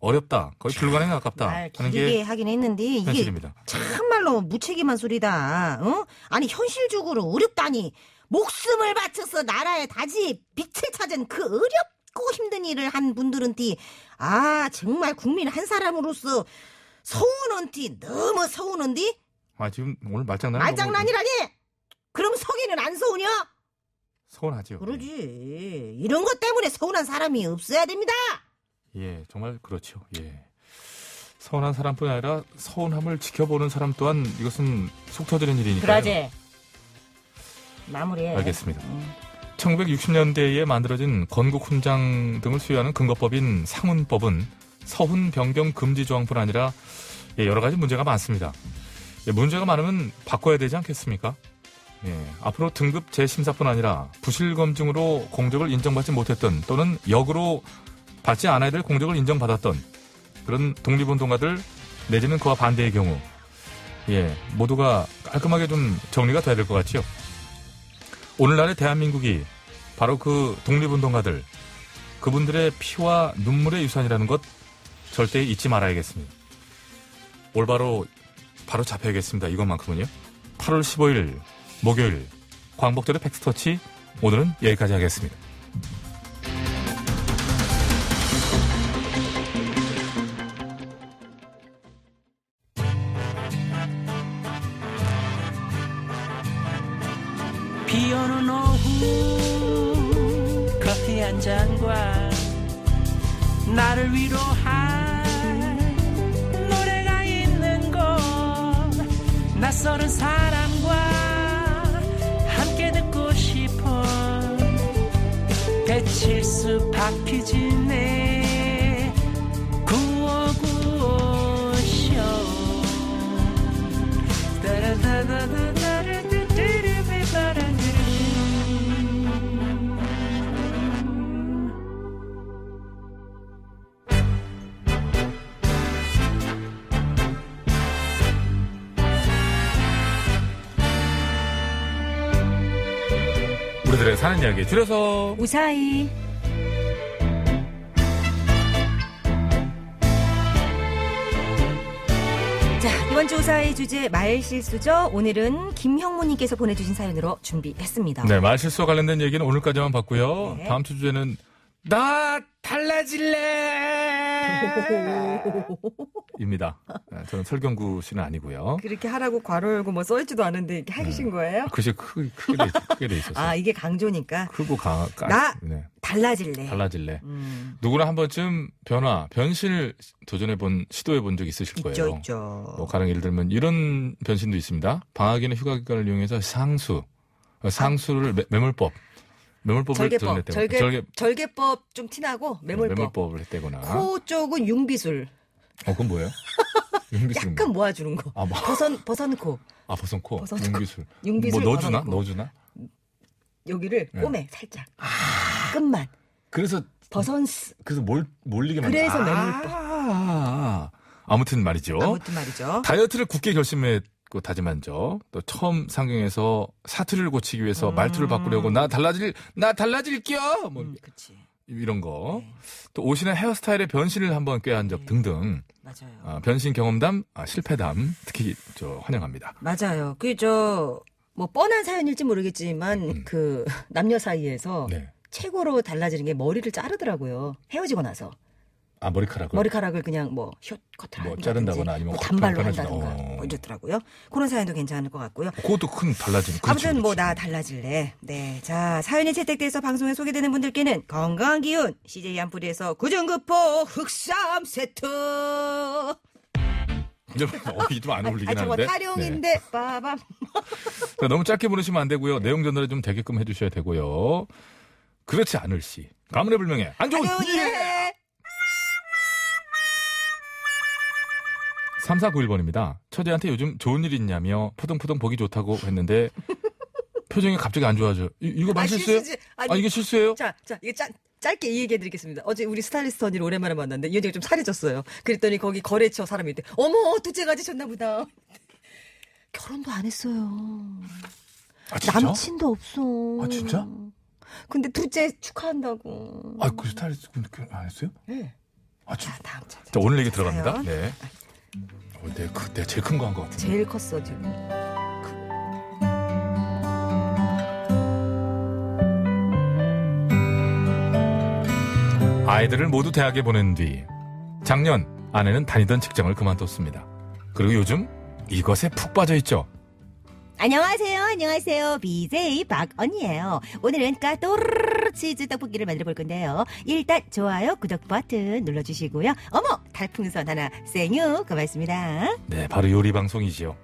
Speaker 1: 어렵다, 거의 불가능에 가깝다
Speaker 2: 말
Speaker 1: 하는 게
Speaker 2: 아, 길게 하긴 했는데 이게
Speaker 1: 현실입니다.
Speaker 2: 참말로 무책임한 소리다. 응? 아니 현실적으로 어렵다니 목숨을 바쳐서 나라의 다지 빛을 찾은 그 어렵고 힘든 일을 한 분들은티 아 정말 국민 한 사람으로서 서운한티 너무 서운한디
Speaker 1: 아 지금 오늘 말장난
Speaker 2: 말장난이라니. 그럼 성인은 안 서우냐?
Speaker 1: 서운하죠.
Speaker 2: 그러지. 이런 것 때문에 서운한 사람이 없어야 됩니다.
Speaker 1: 예, 정말 그렇죠. 예. 서운한 사람뿐 아니라 서운함을 지켜보는 사람 또한 이것은 속 터지는 일이니까요.
Speaker 2: 브라제. 마무리해.
Speaker 1: 알겠습니다.
Speaker 2: 음.
Speaker 1: 1960년대에 만들어진 건국훈장 등을 수여하는 근거법인 상훈법은 서훈 변경 금지 조항뿐 아니라 예, 여러 가지 문제가 많습니다. 예, 문제가 많으면 바꿔야 되지 않겠습니까? 예, 앞으로 등급 재심사뿐 아니라 부실 검증으로 공적을 인정받지 못했던 또는 역으로 받지 않아야 될 공적을 인정받았던 그런 독립운동가들 내지는 그와 반대의 경우 예, 모두가 깔끔하게 좀 정리가 돼야 될 것 같지요. 오늘날의 대한민국이 바로 그 독립운동가들 그분들의 피와 눈물의 유산이라는 것 절대 잊지 말아야겠습니다. 올바로 바로 잡혀야겠습니다. 이것만큼은요. 8월 15일 목요일 광복절의 팩스터치 오늘은 여기까지 하겠습니다.
Speaker 13: 비 오는 오후 커피 한 잔과 나를 위로할 노래가 있는 곳 낯서는 사람과 함께 듣고 싶어 배칠수 박희진의 9595쇼
Speaker 1: 우리들의 사는 이야기 줄여서
Speaker 14: 우사히.
Speaker 2: 자, 이번 주 우사의 주제 말실수죠. 오늘은 김형무님께서 보내주신 사연으로 준비했습니다.
Speaker 1: 네 말실수와 관련된 얘기는 오늘까지만 봤고요.
Speaker 2: 네.
Speaker 1: 다음 주 주제는 나 달라질래 입니다. 네, 저는 설경구 씨는 아니고요.
Speaker 15: 그렇게 하라고 괄호 열고 뭐 써있지도 않은데 이렇게
Speaker 1: 음,
Speaker 15: 하신 거예요?
Speaker 1: 아, 글씨 크게 크게 돼, 있- 크게 돼 있었어요.
Speaker 15: 아 이게 강조니까
Speaker 1: 크고 강, 까,
Speaker 15: 나-
Speaker 1: 네,
Speaker 15: 달라질래.
Speaker 1: 달라질래.
Speaker 15: 음,
Speaker 1: 누구나 한 번쯤 변화, 변신을 도전해 본, 시도해 본 적 있으실 거예요.
Speaker 15: 있죠 있죠.
Speaker 1: 뭐 가령 예를 들면 이런 변신도 있습니다. 방학이나 휴가 기간을 이용해서 상수, 어, 상수를 매- 매몰법, 매몰법을
Speaker 15: 아. 절개법,
Speaker 1: 도전했대요.
Speaker 15: 절개, 절개, 법좀 티나고 매몰법.
Speaker 1: 매몰법을 했대거나.
Speaker 15: 코 쪽은 융비술.
Speaker 1: 어,
Speaker 15: *laughs*
Speaker 1: 그건 뭐예요? 용기술.
Speaker 15: 약간 모아주는 거.
Speaker 1: 아, 뭐,
Speaker 15: 버선 버선 코
Speaker 1: 아 벗은 코,
Speaker 15: 벗은 코.
Speaker 1: 용기술. 뭐
Speaker 15: 융비술
Speaker 1: 넣어주나?
Speaker 15: 벗어놓고.
Speaker 1: 넣어주나?
Speaker 15: 여기를
Speaker 1: 네.
Speaker 15: 꼬매 살짝 끝만
Speaker 1: 그래서
Speaker 15: 버선 스
Speaker 1: 그래서 몰 몰리게 만든-
Speaker 15: 그래서
Speaker 1: 아,
Speaker 15: 매몰법.
Speaker 1: 아, 아. 아무튼 말이죠.
Speaker 15: 아무튼 말이죠.
Speaker 1: 다이어트를 굳게 결심했고 다짐한 적, 또 처음 상경에서 사투리를 고치기 위해서 말투를 바꾸려고 나 달라질 나 달라질게요. 뭐
Speaker 15: 음, 그치
Speaker 1: 이런 거,
Speaker 15: 네.
Speaker 1: 또 옷이나 헤어스타일의 변신을 한번 꾀한 적
Speaker 15: 네.
Speaker 1: 등등
Speaker 15: 맞아요.
Speaker 1: 아, 변신 경험담, 아, 실패담 특히 저 환영합니다.
Speaker 15: 맞아요. 그 저 뭐 뻔한 사연일지 모르겠지만
Speaker 1: 음.
Speaker 15: 그 남녀 사이에서
Speaker 1: 네.
Speaker 15: 최고로 달라지는 게 머리를 자르더라고요. 헤어지고 나서
Speaker 1: 아 머리카락을
Speaker 16: 머리카락을 그냥 뭐 숏커트를
Speaker 1: 뭐
Speaker 16: 한다든지
Speaker 1: 자른다거나 아니면
Speaker 16: 뭐
Speaker 1: 컷-
Speaker 16: 단발로
Speaker 1: 편하지-
Speaker 16: 한다든가
Speaker 1: 어.
Speaker 16: 뭐 이렇더라고요. 그런 사연도 괜찮을 것 같고요.
Speaker 1: 그것도 큰 달라지는
Speaker 16: 아무튼 뭐
Speaker 1: 그렇죠.
Speaker 16: 나 달라질래. 네. 자, 사연이 채택돼서 방송에 소개되는 분들께는 건강한 기운 CJ 안풀이에서 구중구포 흑삼 세트.
Speaker 1: *laughs* 이좀안
Speaker 2: 아,
Speaker 1: 어울리긴
Speaker 16: 아, 저거 뭐
Speaker 1: 하는데
Speaker 2: 뭐
Speaker 1: 네.
Speaker 16: 타령인데 빠밤.
Speaker 1: 자, 너무 짧게 보내시면 안 되고요 내용 전달에 좀 되게끔 해주셔야 되고요 그렇지 않을 시 가문의 불명예 안 좋은
Speaker 16: 타령이 해.
Speaker 1: 3491번입니다. 처제한테 요즘 좋은 일 있냐며 포동포동 보기 좋다고 했는데 표정이 갑자기 안 좋아져요. 이, 이거
Speaker 16: 아,
Speaker 1: 맞실수예요?
Speaker 16: 실수지.
Speaker 1: 아,
Speaker 16: 아니,
Speaker 1: 이게 실수예요?
Speaker 16: 자, 자, 이게 짧, 짧게 이 얘기 해드리겠습니다. 어제 우리 스타일리스트 언니를 오랜만에 만났는데 이 언니가 좀 살이 쪘어요. 그랬더니 거기 거래처 사람이 있대. 어머, 둘째 가지 졌나 보다. *laughs*
Speaker 17: 결혼도 안 했어요.
Speaker 1: 아 진짜?
Speaker 17: 남친도 없어.
Speaker 1: 아 진짜?
Speaker 16: 근데 둘째 축하한다고.
Speaker 1: 아 그 스타일리스트 분 그렇게 안 했어요?
Speaker 16: 네.
Speaker 1: 아 진짜.
Speaker 16: 자, 다음 자,
Speaker 1: 자 오늘 얘기
Speaker 16: 자, 사연.
Speaker 1: 들어갑니다. 네. 어, 내가 그, 내가 제일 큰 거 한 것 같은데.
Speaker 16: 제일 컸어 지금.
Speaker 1: 아이들을 모두 대학에 보낸 뒤 작년 아내는 다니던 직장을 그만뒀습니다. 그리고 요즘 이것에 푹 빠져 있죠.
Speaker 2: 안녕하세요, 안녕하세요. BJ 박언니예요. 오늘은 까또르르 치즈 떡볶이를 만들어 볼 건데요. 일단 좋아요, 구독 버튼 눌러주시고요. 어머, 달풍선 하나 쌩유 고맙습니다.
Speaker 1: 네, 바로 요리 방송이지요.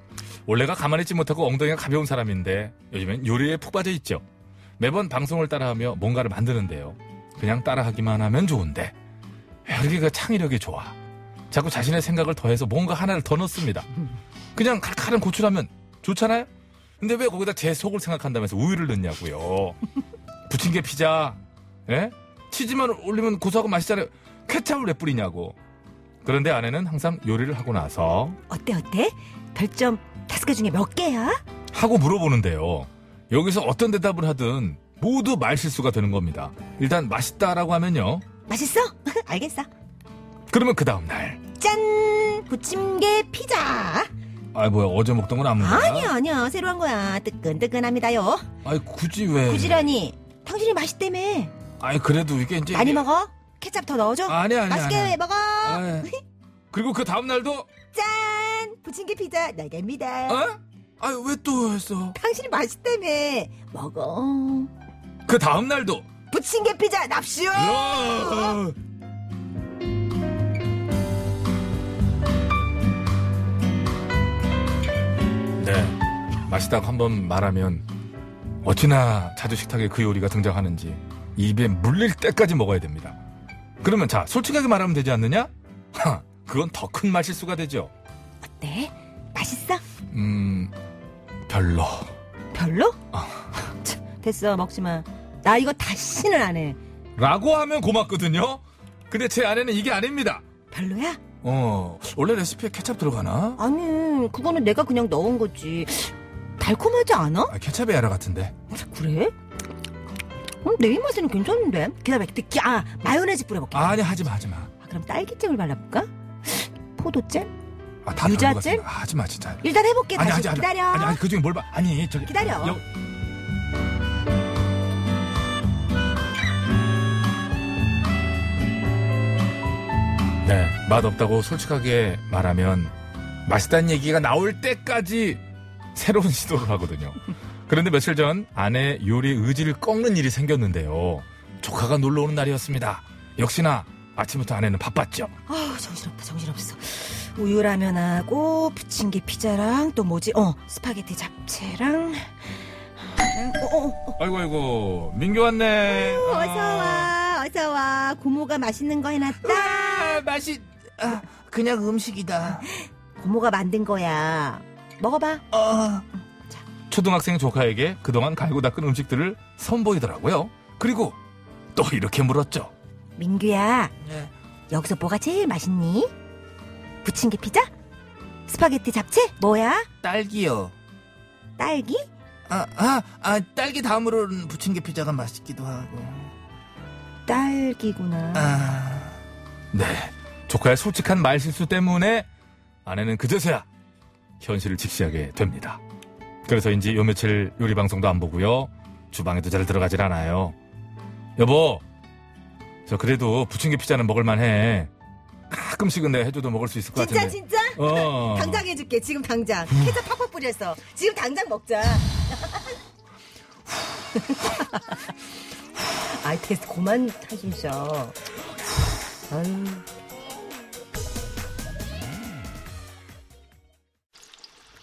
Speaker 1: 원래가 가만히 있지 못하고 엉덩이가 가벼운 사람인데 요즘엔 요리에 푹 빠져 있죠. 매번 방송을 따라하며 뭔가를 만드는데요. 그냥 따라하기만 하면 좋은데 왜 이렇게 그 창의력이 좋아. 자꾸 자신의 생각을 더해서 뭔가 하나를 더 넣습니다. 그냥 칼칼한 고추라면 좋잖아요. 근데 왜 거기다 제 속을 생각한다면서 우유를 넣냐고요. 부침개 피자, 예? 치즈만 올리면 고소하고 맛있잖아요. 케찹을 왜 뿌리냐고. 그런데 아내는 항상 요리를 하고 나서
Speaker 2: 어때, 어때? 별점 다섯 개 중에 몇 개야?
Speaker 1: 하고 물어보는데요. 여기서 어떤 대답을 하든 모두 말실수가 되는 겁니다. 일단 맛있다라고 하면요.
Speaker 2: 맛있어? *laughs* 알겠어.
Speaker 1: 그러면 그 다음날.
Speaker 2: 짠! 부침개 피자!
Speaker 1: 아, 뭐야, 어제 먹던 건 안 먹나?
Speaker 2: 아니야, 아니야. 새로 한 거야. 뜨끈뜨끈합니다요.
Speaker 1: 아이, 굳이 왜.
Speaker 2: 부지런히. 당신이 맛있다며.
Speaker 1: 아이, 그래도 이게 이제.
Speaker 2: 많이
Speaker 1: 이게-
Speaker 2: 먹어? 케찹 더 넣어줘?
Speaker 1: 예, 아니야, 아니야.
Speaker 2: 맛있게
Speaker 1: 아니야. 예.
Speaker 2: 먹어!
Speaker 1: 아이. 그리고 그 다음날도,
Speaker 2: *laughs* 짠! 부침개 피자 나갑니다.
Speaker 1: 어? 아유, 왜 또 했어?
Speaker 2: 당신이 맛있다며. 먹어.
Speaker 1: 그 다음날도.
Speaker 2: 부침개 피자 납시오!
Speaker 1: 어? 야! 네. 맛있다고 한 번 말하면 어찌나 자주 식탁에 그 요리가 등장하는지 입에 물릴 때까지 먹어야 됩니다. 그러면 자, 솔직하게 말하면 되지 않느냐? 하, 그건 더 큰 말실수가 되죠.
Speaker 2: 어때? 네? 맛있어?
Speaker 1: 음, 별로.
Speaker 2: 별로?
Speaker 1: 어.
Speaker 2: *laughs* 참, 됐어, 먹지 마. 나 이거 다시는 안 해.
Speaker 1: 라고 하면 고맙거든요? 근데 제 아내는 이게 아닙니다.
Speaker 2: 별로야?
Speaker 1: 어, 원래 레시피에 케찹 들어가나?
Speaker 2: 아니, 그거는 내가 그냥 넣은 거지. 달콤하지 않아?
Speaker 1: 아, 케찹이 야라 같은데.
Speaker 2: 그래? 음, 내 입맛에는 괜찮은데. 기다려, 듣기. 아, 마요네즈 뿌려볼게. 아,
Speaker 1: 아니 하지 마 하지 마.
Speaker 2: 그럼 딸기잼을 발라볼까? 포도잼?
Speaker 1: 아, 다
Speaker 2: 유자잼?
Speaker 1: 다른 것 같은데. 아, 하지 마 진짜.
Speaker 2: 일단 해볼게.
Speaker 1: 아니 하지
Speaker 2: 다시
Speaker 1: 하지.
Speaker 2: 기다려.
Speaker 1: 아니 아니 그 중에 뭘 봐? 아니 저기
Speaker 2: 기다려.
Speaker 1: 여- 네, 맛 없다고 솔직하게 말하면 맛있다는 얘기가 나올 때까지 새로운 시도를 하거든요. 그런데 며칠 전 아내 요리 의지를 꺾는 일이 생겼는데요. 조카가 놀러 오는 날이었습니다. 역시나 아침부터 아내는 바빴죠.
Speaker 16: 아우 정신없어 정신없어. 우유라면하고 부침개 피자랑 또 뭐지? 어 스파게티 잡채랑.
Speaker 1: 아이고 아이고 민규 왔네.
Speaker 2: 어서와, 어서와. 고모가 맛있는 거 해놨다.
Speaker 1: 아, 맛이 아, 그냥 음식이다.
Speaker 2: 고모가 만든 거야. 먹어봐.
Speaker 1: 초등학생 조카에게 그동안 갈고 닦은 음식들을 선보이더라고요. 그리고 또 이렇게 물었죠.
Speaker 2: 민규야,
Speaker 1: 네.
Speaker 2: 여기서 뭐가 제일 맛있니? 부침개 피자? 스파게티 잡채? 뭐야?
Speaker 5: 딸기요.
Speaker 2: 딸기?
Speaker 5: 아, 아, 아, 딸기 다음으로는 부침개 피자가 맛있기도 하고.
Speaker 2: 딸기구나.
Speaker 5: 아,
Speaker 1: 네. 조카의 솔직한 말 실수 때문에 아내는 그제서야 현실을 직시하게 됩니다. 그래서인지 요 며칠 요리 방송도 안 보고요. 주방에도 잘 들어가질 않아요. 여보, 저 그래도 부침개 피자는 먹을만 해. 가끔씩은 내 해줘도 먹을 수 있을 것
Speaker 18: 진짜
Speaker 1: 같은데.
Speaker 18: 진짜?
Speaker 1: 어.
Speaker 18: 당장 해줄게 지금 당장 케첩 팍팍 뿌려서 지금 당장 먹자 *laughs*
Speaker 2: 아이 테스트 그만 하십시오.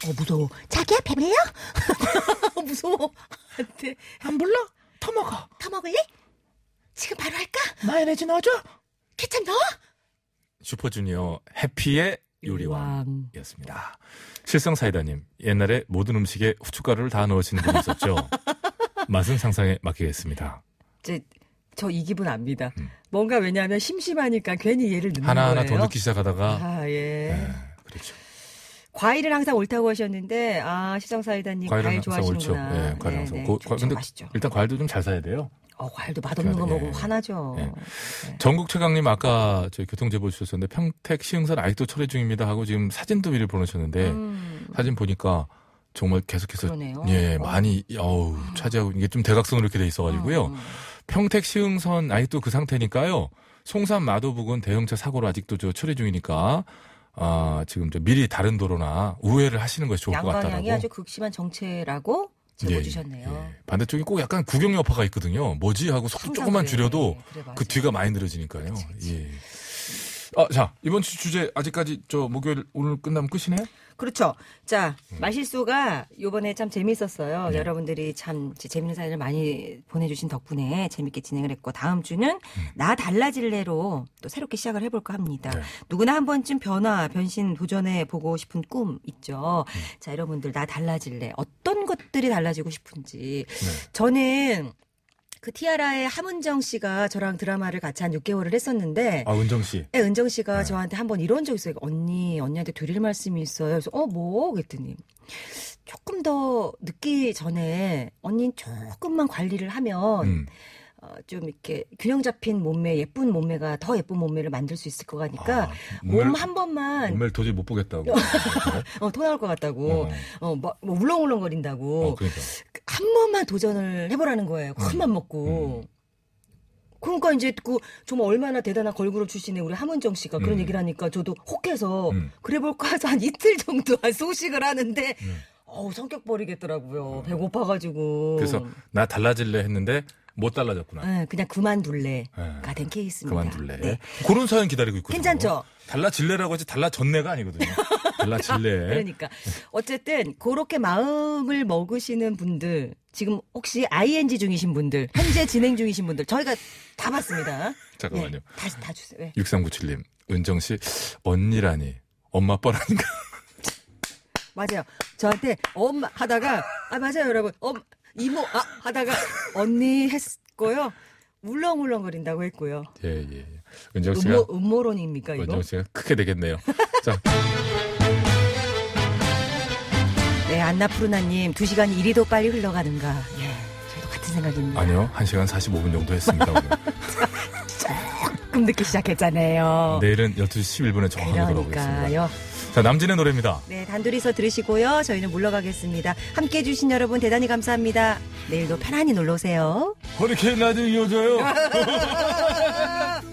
Speaker 18: 어 무서워 자기야 배불러? *laughs* 무서워 안돼
Speaker 1: 안 불러? 터먹어.
Speaker 18: 더 먹을래? 지금 바로 할까?
Speaker 1: 마요네즈 넣어줘.
Speaker 18: 케첩 넣어?
Speaker 1: 슈퍼주니어 해피의 요리왕이었습니다. 실성사이다님, 옛날에 모든 음식에 후춧가루를 다 넣으시는 분이
Speaker 2: *laughs*
Speaker 1: 있었죠? 맛은 상상에 맡기겠습니다.
Speaker 2: 이제 저 이 기분 압니다. 뭔가 왜냐하면 심심하니까 괜히 얘를 넣는
Speaker 1: 음. 하나하나
Speaker 2: 거예요.
Speaker 1: 더 넣기 시작하다가,
Speaker 2: 음, 아 예.
Speaker 1: 예, 그렇죠.
Speaker 2: 과일은 항상 옳다고 하셨는데 아 시정사이다님 과일,
Speaker 1: 과일은 항상 옳죠.
Speaker 2: 좋아하시는구나. 네,
Speaker 1: 예, 과일 항상. 고- 과-
Speaker 2: 근데
Speaker 1: 근데
Speaker 2: 맛있죠.
Speaker 1: 일단 과일도 좀 잘 사야 돼요.
Speaker 2: 어 과일도 맛없는 거
Speaker 1: 예.
Speaker 2: 먹으면 화나죠.
Speaker 1: 예.
Speaker 2: 네.
Speaker 1: 전국 최강님 아까 저희 교통제보 주셨었는데 평택 시흥선 아직도 철회 중입니다 하고 지금 사진도 미리 보내셨는데
Speaker 2: 음,
Speaker 1: 사진 보니까 정말 계속해서
Speaker 2: 그러네요.
Speaker 1: 예
Speaker 2: 어.
Speaker 1: 많이 어우 차지하고 이게 좀 대각선으로 이렇게 돼 있어가지고요
Speaker 2: 음.
Speaker 1: 평택 시흥선 아직도 그 상태니까요 송산 마도부근 대형차 사고로 아직도 저 처리 중이니까 아 지금 저 미리 다른 도로나 우회를 하시는 것이 좋을 것 같다라고
Speaker 2: 양방향이 아주 극심한 정체라고 제보
Speaker 1: 예,
Speaker 2: 주셨네요.
Speaker 1: 예. 반대쪽이 꼭 약간 구경 여파가 있거든요 뭐지 하고 속도
Speaker 2: 항상
Speaker 1: 조금만
Speaker 2: 그래요.
Speaker 1: 줄여도
Speaker 2: 예, 그래, 맞아요. 그렇죠,
Speaker 1: 그 뒤가 많이 늘어지니까요.
Speaker 2: 그치, 그치.
Speaker 1: 예. 아, 자, 이번 주 주제 아직까지 저 목요일 오늘 끝나면 끝이네요?
Speaker 2: 그렇죠. 자, 마실소가 요번에 참 재밌었어요. 여러분들이 참 제- 재밌는 사연을 많이 보내주신 덕분에 재밌게 진행을 했고, 다음 주는 나 달라질래로 또 새롭게 시작을 해볼까 합니다.
Speaker 1: 네.
Speaker 2: 누구나 한 번쯤 변화, 변신 도전해 보고 싶은 꿈 있죠. 자, 여러분들 나 달라질래. 어떤 것들이 달라지고 싶은지. 저는 그 티아라의 함은정 씨가 저랑 드라마를 같이 한 6개월을 했었는데,
Speaker 1: 아, 은정 씨.
Speaker 2: 예, 은정
Speaker 1: 네.
Speaker 2: 씨가 저한테 한 번 이런 적 있어요. 언니, 언니한테 드릴 말씀이 있어요. 그래서 어, 뭐? 그랬더니 조금 더 늦기 전에 언니 조금만 관리를 하면
Speaker 1: 음.
Speaker 2: 어, 좀 이렇게 균형 잡힌 몸매, 예쁜 몸매가 더 예쁜 몸매를 만들 수 있을 것 같으니까
Speaker 1: 아,
Speaker 2: 몸
Speaker 1: 몸매를-
Speaker 2: 한 번만
Speaker 1: 몸매를 도저히 못 보겠다고.
Speaker 2: 어, 토 나올 것 같다고.
Speaker 1: 어.
Speaker 2: 어, 막, 뭐 울렁울렁거린다고.
Speaker 1: 어, 그러니까.
Speaker 2: 한 번만 도전을 해보라는 거예요. 큰맘
Speaker 1: 음.
Speaker 2: 먹고. 그러니까 이제 그 정말 얼마나 대단한 걸그룹 출신의 우리 함은정 씨가 그런
Speaker 1: 음.
Speaker 2: 얘기를 하니까 저도 혹해서
Speaker 1: 음.
Speaker 2: 그래볼까 해서 한 이틀 정도 한 소식을 하는데
Speaker 1: 음.
Speaker 2: 어우 성격 버리겠더라고요. 배고파가지고.
Speaker 1: 그래서 나 달라질래 했는데 못 달라졌구나.
Speaker 2: 예, 그냥 그만둘래가
Speaker 1: 예.
Speaker 2: 된 케이스입니다.
Speaker 1: 그만둘래.
Speaker 2: 네.
Speaker 1: 그런 사연 기다리고 있거든요.
Speaker 2: 괜찮죠?
Speaker 1: 달라질래라고 하지 달라졌네가
Speaker 2: *laughs*
Speaker 1: 아니거든요. 달라질래.
Speaker 2: 그러니까
Speaker 1: 예.
Speaker 2: 어쨌든 그렇게 마음을 먹으시는 분들 지금 혹시 ING 중이신 분들 현재 진행 중이신 분들 저희가 다 봤습니다.
Speaker 1: *laughs* 잠깐만요.
Speaker 2: 예, 다시 다 주세요. 예.
Speaker 1: 6397님, 은정 씨, 언니라니. 엄마 *laughs* 뻘아닌가?
Speaker 2: 맞아요. 저한테 엄마 하다가 아 맞아요 여러분 엄 이모 아 하다가 언니 했고요 울렁울렁거린다고 했고요.
Speaker 1: 예, 예. 예. 은정 씨가,
Speaker 2: 음모, 음모론입니까 이거?
Speaker 1: 은정 씨가 크게 되겠네요. 자, 그렇죠.
Speaker 2: 네 안나푸르나님 2 시간 이리도 빨리 흘러가는가. 예 저도 같은 생각입니다.
Speaker 1: 아니요. 1시간 45분 정도 했습니다. 오늘.
Speaker 2: 조금 늦게 시작했잖아요.
Speaker 1: 내일은 12시 11분에 정확하게 네, 돌아오겠습니다.
Speaker 2: 어.
Speaker 1: 네,
Speaker 2: 그러니까요.
Speaker 1: 자, 남진의 노래입니다.
Speaker 2: 네, 단둘이서 들으시고요. 저희는 물러가겠습니다. 함께 해주신 여러분 대단히 감사합니다. 내일도 편안히 놀러 오세요.
Speaker 1: 허리케인 라디오 이어져요.